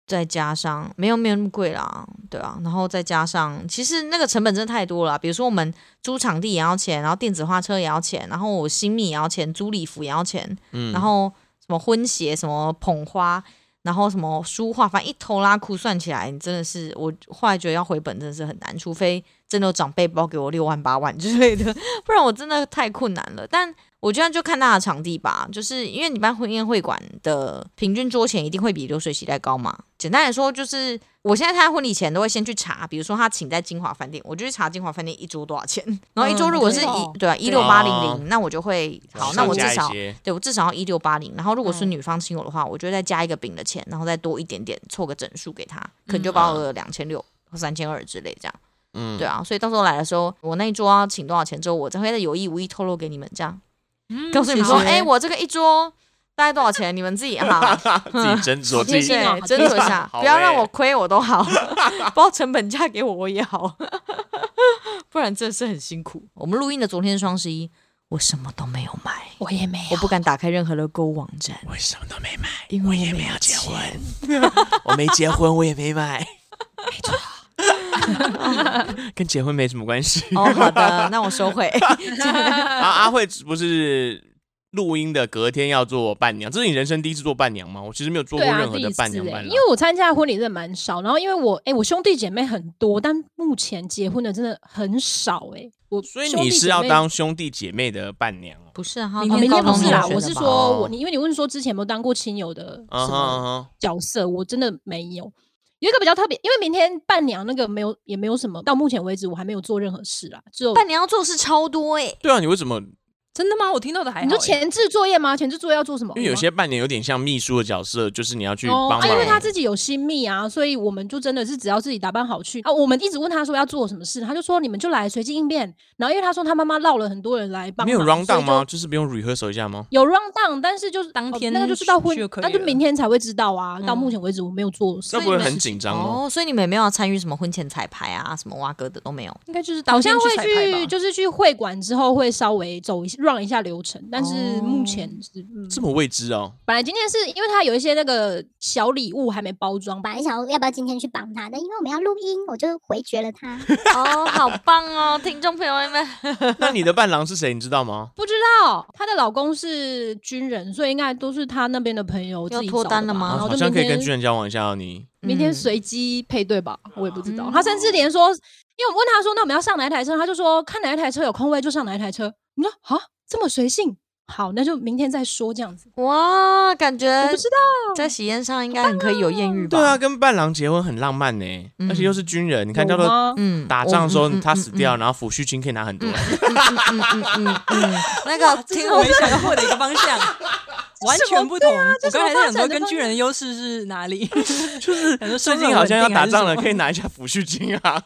Speaker 2: 再加上没有没有那么贵啦，对啊，然后再加上其实那个成本真的太多了啊，比如说我们租场地也要钱，然后电子花车也要钱，然后我新密也要钱，租礼服也要钱，
Speaker 1: 嗯，
Speaker 2: 然后什么婚鞋、什么捧花，然后什么书画，反正一头拉裤算起来，你真的是我后来觉得要回本真的是很难，除非真的有长辈包给我六万八万之类的，不然我真的太困难了。但我觉得就看大的场地吧，就是因为你办婚宴会馆的平均桌钱一定会比流水席来高嘛。简单来说，就是我现在参加婚礼前都会先去查，比如说他请在金华饭店，我就去查金华饭店一桌多少钱，然后一桌如果是一、
Speaker 4: 嗯
Speaker 2: 对啊一六八零零，那我就会好，那我至
Speaker 1: 上加
Speaker 2: 少
Speaker 1: 一些
Speaker 2: 对我至少要一六八零，然后如果是
Speaker 4: 嗯
Speaker 2: 女方亲友的话，我就会再加一个饼的钱，然后再多一点点凑个整数给他，可能就包了两千六或三千二之类这样。
Speaker 1: 嗯，
Speaker 2: 对啊，所以到时候来的时候，我那一桌要请多少钱之后，我才会在有意无意透露给你们，这样
Speaker 1: 嗯
Speaker 2: 告诉你们说，
Speaker 3: 谢谢
Speaker 2: 哎、我这个一桌大概多少钱，你们自己
Speaker 1: [LAUGHS]
Speaker 2: 哈，
Speaker 1: 自己
Speaker 2: [LAUGHS]
Speaker 1: 斟酌，自
Speaker 3: 贴
Speaker 2: 对，
Speaker 1: 己
Speaker 3: 心哦好
Speaker 2: 斟
Speaker 3: 贴
Speaker 2: 酌
Speaker 3: 心
Speaker 2: 一下，
Speaker 1: 好
Speaker 2: 啊不要让
Speaker 1: 欸
Speaker 2: 我亏，我都
Speaker 1: [LAUGHS]
Speaker 2: 好，包成本价给我我也好， [LAUGHS] 不然真的是很辛苦。我们录音的昨天是双十一，我什么都没有买。
Speaker 3: 我也没啊
Speaker 2: 我不敢打开任何的购物网站，
Speaker 1: 我什么都没买，
Speaker 2: 因为
Speaker 1: 我也没有结婚， [LAUGHS] 我没结婚，我也没
Speaker 2: [LAUGHS]
Speaker 1: 买， [LAUGHS] 跟结
Speaker 2: [LAUGHS]
Speaker 1: 婚没什么关系。
Speaker 3: [LAUGHS]
Speaker 2: 哦，好的，那我收回。
Speaker 1: 啊，阿慧不是录音的隔天要做伴娘，这是你人生第一次做伴娘吗？我其实没有做过
Speaker 3: 对啊
Speaker 1: 任何
Speaker 3: 第
Speaker 1: 的
Speaker 3: 一
Speaker 1: 伴
Speaker 3: 次
Speaker 1: 娘
Speaker 3: 欸
Speaker 1: 伴
Speaker 3: 因
Speaker 1: 郎，
Speaker 3: 为我参加的婚礼真的蛮少，然后因为我哎、我兄弟姐妹很多，但目前结婚的真的很少哎、我
Speaker 1: 所以
Speaker 3: 兄
Speaker 1: 你
Speaker 3: 弟
Speaker 1: 是
Speaker 3: 姐
Speaker 1: 要
Speaker 3: 妹
Speaker 1: 当兄弟姐妹的伴娘哦。
Speaker 2: [LAUGHS] 不是啊，他
Speaker 3: 哦，
Speaker 4: 明
Speaker 2: 高
Speaker 3: 明天
Speaker 2: 中
Speaker 3: 不是啦，
Speaker 2: 同学
Speaker 3: 我
Speaker 2: 的
Speaker 3: 是
Speaker 2: 吧
Speaker 3: 说
Speaker 1: 哦
Speaker 3: 我你，因为你问说之前有没有当过亲友的
Speaker 1: 啊哈
Speaker 3: 什么
Speaker 1: 啊哈，
Speaker 3: 角色，我真的没有。有一个比较特别，因为明天伴娘那个没有，也没有什么，到目前为止我还没有做任何事啦，只有
Speaker 2: 伴娘要做的事超多哎、
Speaker 1: 对啊，你为什么？
Speaker 4: 真的吗？我听到的还好、
Speaker 3: 你说
Speaker 4: 欸
Speaker 3: 前置作业吗？前置作业要做什么？
Speaker 1: 因为有些伴娘有点像秘书的角色，就是你要去
Speaker 3: 哦
Speaker 1: 帮
Speaker 3: 啊，因为
Speaker 1: 忙
Speaker 3: 他自己有新密啊，所以我们就真的是只要自己打扮好去啊。我们一直问他说要做什么事，他就说你们就来随机应变。然后因为他说他妈妈绕了很多人来帮忙，
Speaker 1: 没有 round
Speaker 3: 所以
Speaker 1: down
Speaker 3: 就
Speaker 1: 吗？就是不用 rehearsal 一下吗？
Speaker 3: 有 round down，但是就是
Speaker 4: 当
Speaker 3: 哦
Speaker 4: 天
Speaker 3: 那个就是到
Speaker 4: 去
Speaker 3: 婚
Speaker 4: 就可，以
Speaker 3: 那就
Speaker 4: 了
Speaker 3: 明天才会知道啊。到
Speaker 4: 嗯
Speaker 3: 目前为止我没有做事，
Speaker 1: 那
Speaker 2: 以
Speaker 1: 不会
Speaker 2: 你们
Speaker 1: 很紧张吗？
Speaker 2: 哦，所以你们也没有要参与什么婚前彩排啊，什么挖哥的都没有。
Speaker 4: 应该就是当
Speaker 3: 好像
Speaker 4: 天
Speaker 3: 会
Speaker 4: 彩排吧
Speaker 3: 去就是去会馆之后会稍微走一下 run 一下流程，但是目前
Speaker 4: 哦
Speaker 3: 是、嗯
Speaker 1: 这么未知哦，
Speaker 3: 本来今天是因为他有一些那个小礼物还没包装，
Speaker 5: 本来想要要不要今天去绑他，但因为我们要录音，我就回绝了他。
Speaker 2: 哦，好棒哦，听众朋友们，
Speaker 1: 那你的伴郎是谁？你知道
Speaker 3: [LAUGHS]
Speaker 1: 吗？
Speaker 3: 不知道她的老公是军人，所以应该都是她那边的朋友
Speaker 2: 要
Speaker 3: 自己
Speaker 2: 脱
Speaker 3: 找
Speaker 2: 单
Speaker 3: 的
Speaker 2: 了
Speaker 3: 吧
Speaker 2: 吗
Speaker 1: 啊
Speaker 3: 然后
Speaker 1: 好
Speaker 3: 就
Speaker 1: 像
Speaker 3: 明
Speaker 1: 可以跟
Speaker 3: 天
Speaker 1: 巨人交往一下哦，你
Speaker 3: 明天
Speaker 2: 嗯
Speaker 3: 随机配对吧，我也不知道。
Speaker 2: 嗯
Speaker 3: 她甚至连说，因为我问她说，那我们要上哪一台车，她就说看哪一台车有空位就上哪一台车。我们说啊，这么随性，好，那就明天再说这样子。
Speaker 2: [LAUGHS] 哇，感
Speaker 3: 我
Speaker 2: 觉
Speaker 3: 不知道，
Speaker 2: 在喜宴上应该很可以有艳遇吧？
Speaker 1: 对啊，，跟伴郎结婚很浪漫呢，
Speaker 2: 嗯
Speaker 1: 而且又是军人，你看
Speaker 3: 有
Speaker 1: 叫做
Speaker 3: 吗？
Speaker 2: 嗯
Speaker 1: 打仗的时候他死掉，
Speaker 2: 了。
Speaker 1: 然后抚恤金可以拿很多。
Speaker 2: 嗯嗯嗯嗯嗯嗯嗯，那个
Speaker 4: 啊这
Speaker 2: 听
Speaker 4: 是
Speaker 2: 说
Speaker 4: 我没想过的一个方向，完全不同。
Speaker 3: 这
Speaker 4: 我
Speaker 3: 是
Speaker 4: 刚
Speaker 3: 我
Speaker 4: 才
Speaker 3: 发展
Speaker 4: 在想
Speaker 3: 的
Speaker 4: 说，跟
Speaker 3: 方
Speaker 4: 巨人的优势是哪里？ [LAUGHS] 就是
Speaker 1: [LAUGHS]
Speaker 4: 最
Speaker 1: 最近好像要打仗了，可以拿一下抚恤金啊，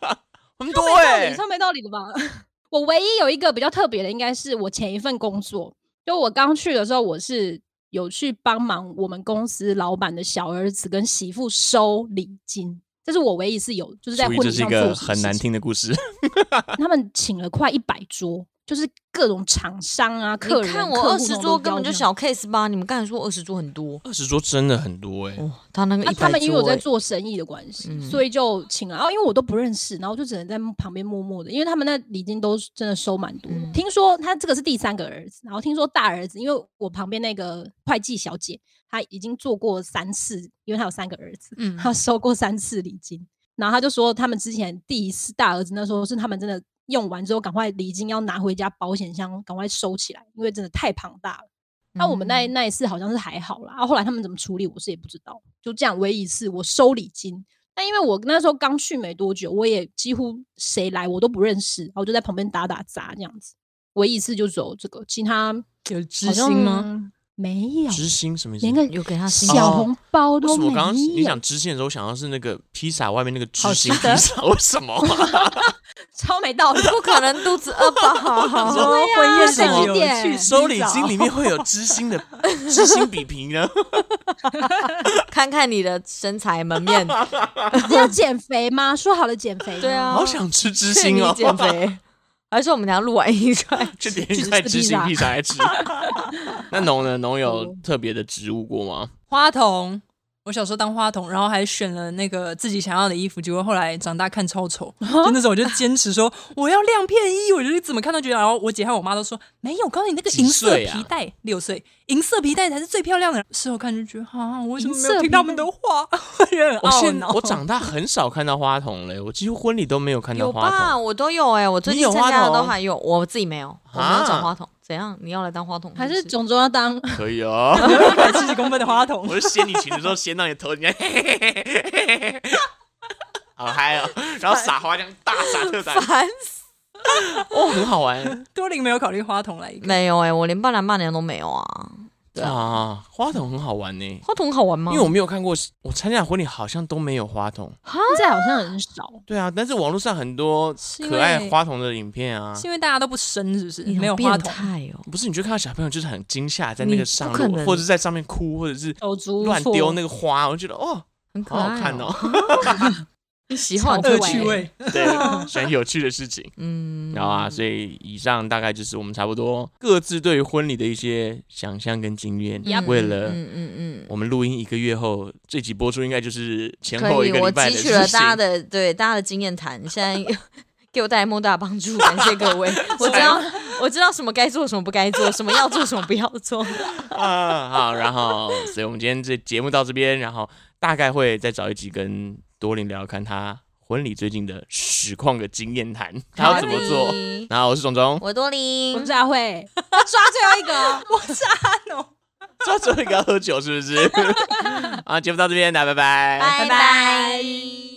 Speaker 1: 很多
Speaker 3: 道
Speaker 1: 哎
Speaker 3: 理，。超没道理的吧？ [LAUGHS] 我唯一有一个比较特别的，应该是我前一份工作，就我刚去的时候，我是有去帮忙我们公司老板的小儿子跟媳妇收礼金，这是我唯一是有，就是在
Speaker 1: 所
Speaker 3: 婚
Speaker 1: 以这
Speaker 3: 礼
Speaker 1: 是一
Speaker 3: 上做的
Speaker 1: 个
Speaker 3: 事
Speaker 1: 很难
Speaker 3: 情。
Speaker 1: 听的故事。
Speaker 3: 他们请了快一百桌，就是各种厂商啊、客
Speaker 2: 你
Speaker 3: 人。
Speaker 2: 看
Speaker 3: 客户
Speaker 2: 我二
Speaker 3: 什
Speaker 2: 十
Speaker 3: 么
Speaker 2: 桌
Speaker 3: 都
Speaker 2: 根本就
Speaker 3: 邀请
Speaker 2: 小 case 吧？你们刚才说二十桌很多，
Speaker 1: 二十桌真的很多哎，
Speaker 2: 哦，他那个
Speaker 3: 啊，
Speaker 2: 一
Speaker 3: 他
Speaker 2: 百
Speaker 3: 们因为我
Speaker 2: 桌
Speaker 3: 在
Speaker 2: 欸，
Speaker 3: 做生意的关系，
Speaker 2: 嗯
Speaker 3: 所以就请了。然、后因为我都不认识，然后就只能在旁边默默的，因为他们那礼金都是真的收蛮多的。
Speaker 2: 嗯
Speaker 3: 听说他这个是第三个儿子，然后听说大儿子，因为我旁边那个会计小姐，她已经做过三次，因为她有三个儿子，[LAUGHS]
Speaker 4: 嗯
Speaker 3: 她收过三次礼金。然后她就说，他们之前第一次大儿子那时候是他们真的用完之后，赶快礼金要拿回家保险箱，赶快收起来，因为真的太庞大了。那、啊我们那
Speaker 2: 嗯
Speaker 3: 那一次好像是还好啦，啊，后来他们怎么处理我是也不知道。就这样，唯一一次我收礼金。但因为我那时候刚去没多久，我也几乎谁来我都不认识，然后我就在旁边打打杂这样子。唯一一次就走这个，其他
Speaker 4: 有
Speaker 3: 好
Speaker 4: 知心吗？
Speaker 3: 像没有，
Speaker 1: 知心什么意思
Speaker 3: 连？个
Speaker 2: 有给他心
Speaker 3: 小
Speaker 1: 哦
Speaker 3: 红包
Speaker 1: 为
Speaker 3: 都
Speaker 1: 什
Speaker 3: 没
Speaker 1: 么
Speaker 3: 有。
Speaker 1: 我刚刚你想知心的时候，我想到是那个披萨外面那个知心
Speaker 4: 好吃的
Speaker 1: 披萨，为什么啊？
Speaker 3: 超没道理，啊
Speaker 2: 不可能肚子饿 [LAUGHS] 吧？
Speaker 4: 说婚宴上
Speaker 3: 这
Speaker 4: 有
Speaker 3: 一点
Speaker 4: 去
Speaker 1: 收礼金里面会有知心的知心比拼呢？
Speaker 2: 看看你的身材门面，
Speaker 3: 这要减肥吗？说好了减肥，
Speaker 2: 对，啊，
Speaker 1: 好想吃知
Speaker 2: 劝
Speaker 1: 心
Speaker 2: 你
Speaker 1: 哦，
Speaker 2: 减肥，还是我们俩录完一块？
Speaker 1: [LAUGHS] 去点一块知心披萨来吃。那农呢？农有特别的植物过吗？
Speaker 4: 花童，我小时候当花童，然后还选了那个自己想要的衣服，结果后来长大看超 [LAUGHS] 丑。就那时候我就坚持说我要亮片衣，我就是怎么看都觉得。然后我姐和我妈都说没有，我告诉你那个
Speaker 1: 几
Speaker 4: 银色
Speaker 1: 岁啊
Speaker 4: 皮带， [LAUGHS] 六岁银色皮带才是最漂亮的。事后看就觉得啊，我为什么
Speaker 3: 银
Speaker 4: 没
Speaker 3: 色
Speaker 4: 有
Speaker 3: 皮
Speaker 4: 听
Speaker 3: 带
Speaker 4: 他们的话？ [LAUGHS] 我觉得很
Speaker 1: 我
Speaker 2: Oh
Speaker 4: 懊
Speaker 1: 现
Speaker 4: 恼。
Speaker 1: 我长大很少看到花童嘞，我几乎婚礼都没有看到
Speaker 2: 有
Speaker 1: 花
Speaker 2: 吧？
Speaker 1: 童。
Speaker 2: 我都有哎、我最
Speaker 1: 你
Speaker 2: 近
Speaker 1: 有
Speaker 2: 参
Speaker 1: 花
Speaker 2: 加的都
Speaker 1: 筒
Speaker 2: 还有，我自己没有，我没有
Speaker 1: 啊
Speaker 2: 长话筒。怎样？你要来当话筒？
Speaker 3: 还
Speaker 2: 是
Speaker 3: 是种种要当
Speaker 1: 可以哦，
Speaker 4: [LAUGHS] 有一百七十公分的花 [LAUGHS] 童，
Speaker 1: 我是掀你裙子之后掀到你的头，你看，嘿嘿嘿嘿嘿嘿嘿嘿好嗨哦！然后撒花这样大撒特撒，
Speaker 2: [LAUGHS] 烦死！
Speaker 1: 哦，很好玩
Speaker 4: 多林没有考虑花童来一个。
Speaker 2: 没有哎、我连伴郎伴娘都没有啊。 [LAUGHS] 对啊
Speaker 1: 啊！花童很好玩呢，
Speaker 2: 话筒好玩吗？
Speaker 1: 因为我没有看过，我参加的婚礼好像都没有花童。
Speaker 3: 现在好像很少，
Speaker 1: 对啊，但是网络上很多
Speaker 4: 是因
Speaker 1: 可爱
Speaker 4: 为
Speaker 1: 花童的影片啊，
Speaker 4: 是因为大家都不生，是不是？
Speaker 2: 你好
Speaker 4: 没有
Speaker 2: 变
Speaker 4: 花童，
Speaker 2: 态哦。
Speaker 1: 不是你就看到小朋友就是很惊吓，在那
Speaker 2: 你
Speaker 1: 个
Speaker 2: 不
Speaker 1: 上
Speaker 2: 可
Speaker 1: 路
Speaker 2: 能
Speaker 1: 或者是在上面哭，或者是
Speaker 3: 手足无
Speaker 1: 乱丢
Speaker 3: 措
Speaker 1: 那个花，我就觉得哦，
Speaker 2: 很可
Speaker 1: 好好
Speaker 2: 爱、
Speaker 1: 看哦。
Speaker 2: 你喜欢
Speaker 3: 超
Speaker 4: 恶
Speaker 2: 很
Speaker 3: 对
Speaker 4: 趣 [LAUGHS] 味。
Speaker 2: [LAUGHS]
Speaker 1: 对，喜欢有趣的事情。
Speaker 2: 哦嗯，
Speaker 1: 然后啊，所以以上大概就是我们差不多各自对于婚礼的一些想象跟经验。
Speaker 3: Yep
Speaker 1: 为了
Speaker 2: 嗯嗯嗯
Speaker 1: 我们录音一个月后，这集播出应该就是前
Speaker 2: 嗯，
Speaker 1: 后
Speaker 2: 可
Speaker 1: 一
Speaker 2: 以，
Speaker 1: 个
Speaker 2: 我
Speaker 1: 礼拜
Speaker 2: 汲
Speaker 1: 的
Speaker 2: 取了
Speaker 1: 事情
Speaker 2: 大
Speaker 1: [LAUGHS]
Speaker 2: 家的
Speaker 1: [LAUGHS]
Speaker 2: [LAUGHS] 对大家的经验谈，现在给我带来莫大的帮助，感谢各位。我知道我知道什么该做，什么不该做，什么要做，什么不要做。
Speaker 1: 啊，好，然后，所以我们今天这节目到这边，然后大概会再找一集跟多林聊聊看他婚礼最近的实况的经验谈， [LAUGHS] 他要怎么做。然后我是钟
Speaker 2: [LAUGHS]
Speaker 1: 钟，
Speaker 2: 我多
Speaker 3: 我
Speaker 2: 林
Speaker 3: 是，阿慧，
Speaker 4: 他抓最后一个哦，我是阿农。
Speaker 1: 这 [LAUGHS] 最后一个要喝酒是不是？啊，节目到这边，大家拜拜
Speaker 2: [LAUGHS] 拜
Speaker 4: 拜拜
Speaker 2: 拜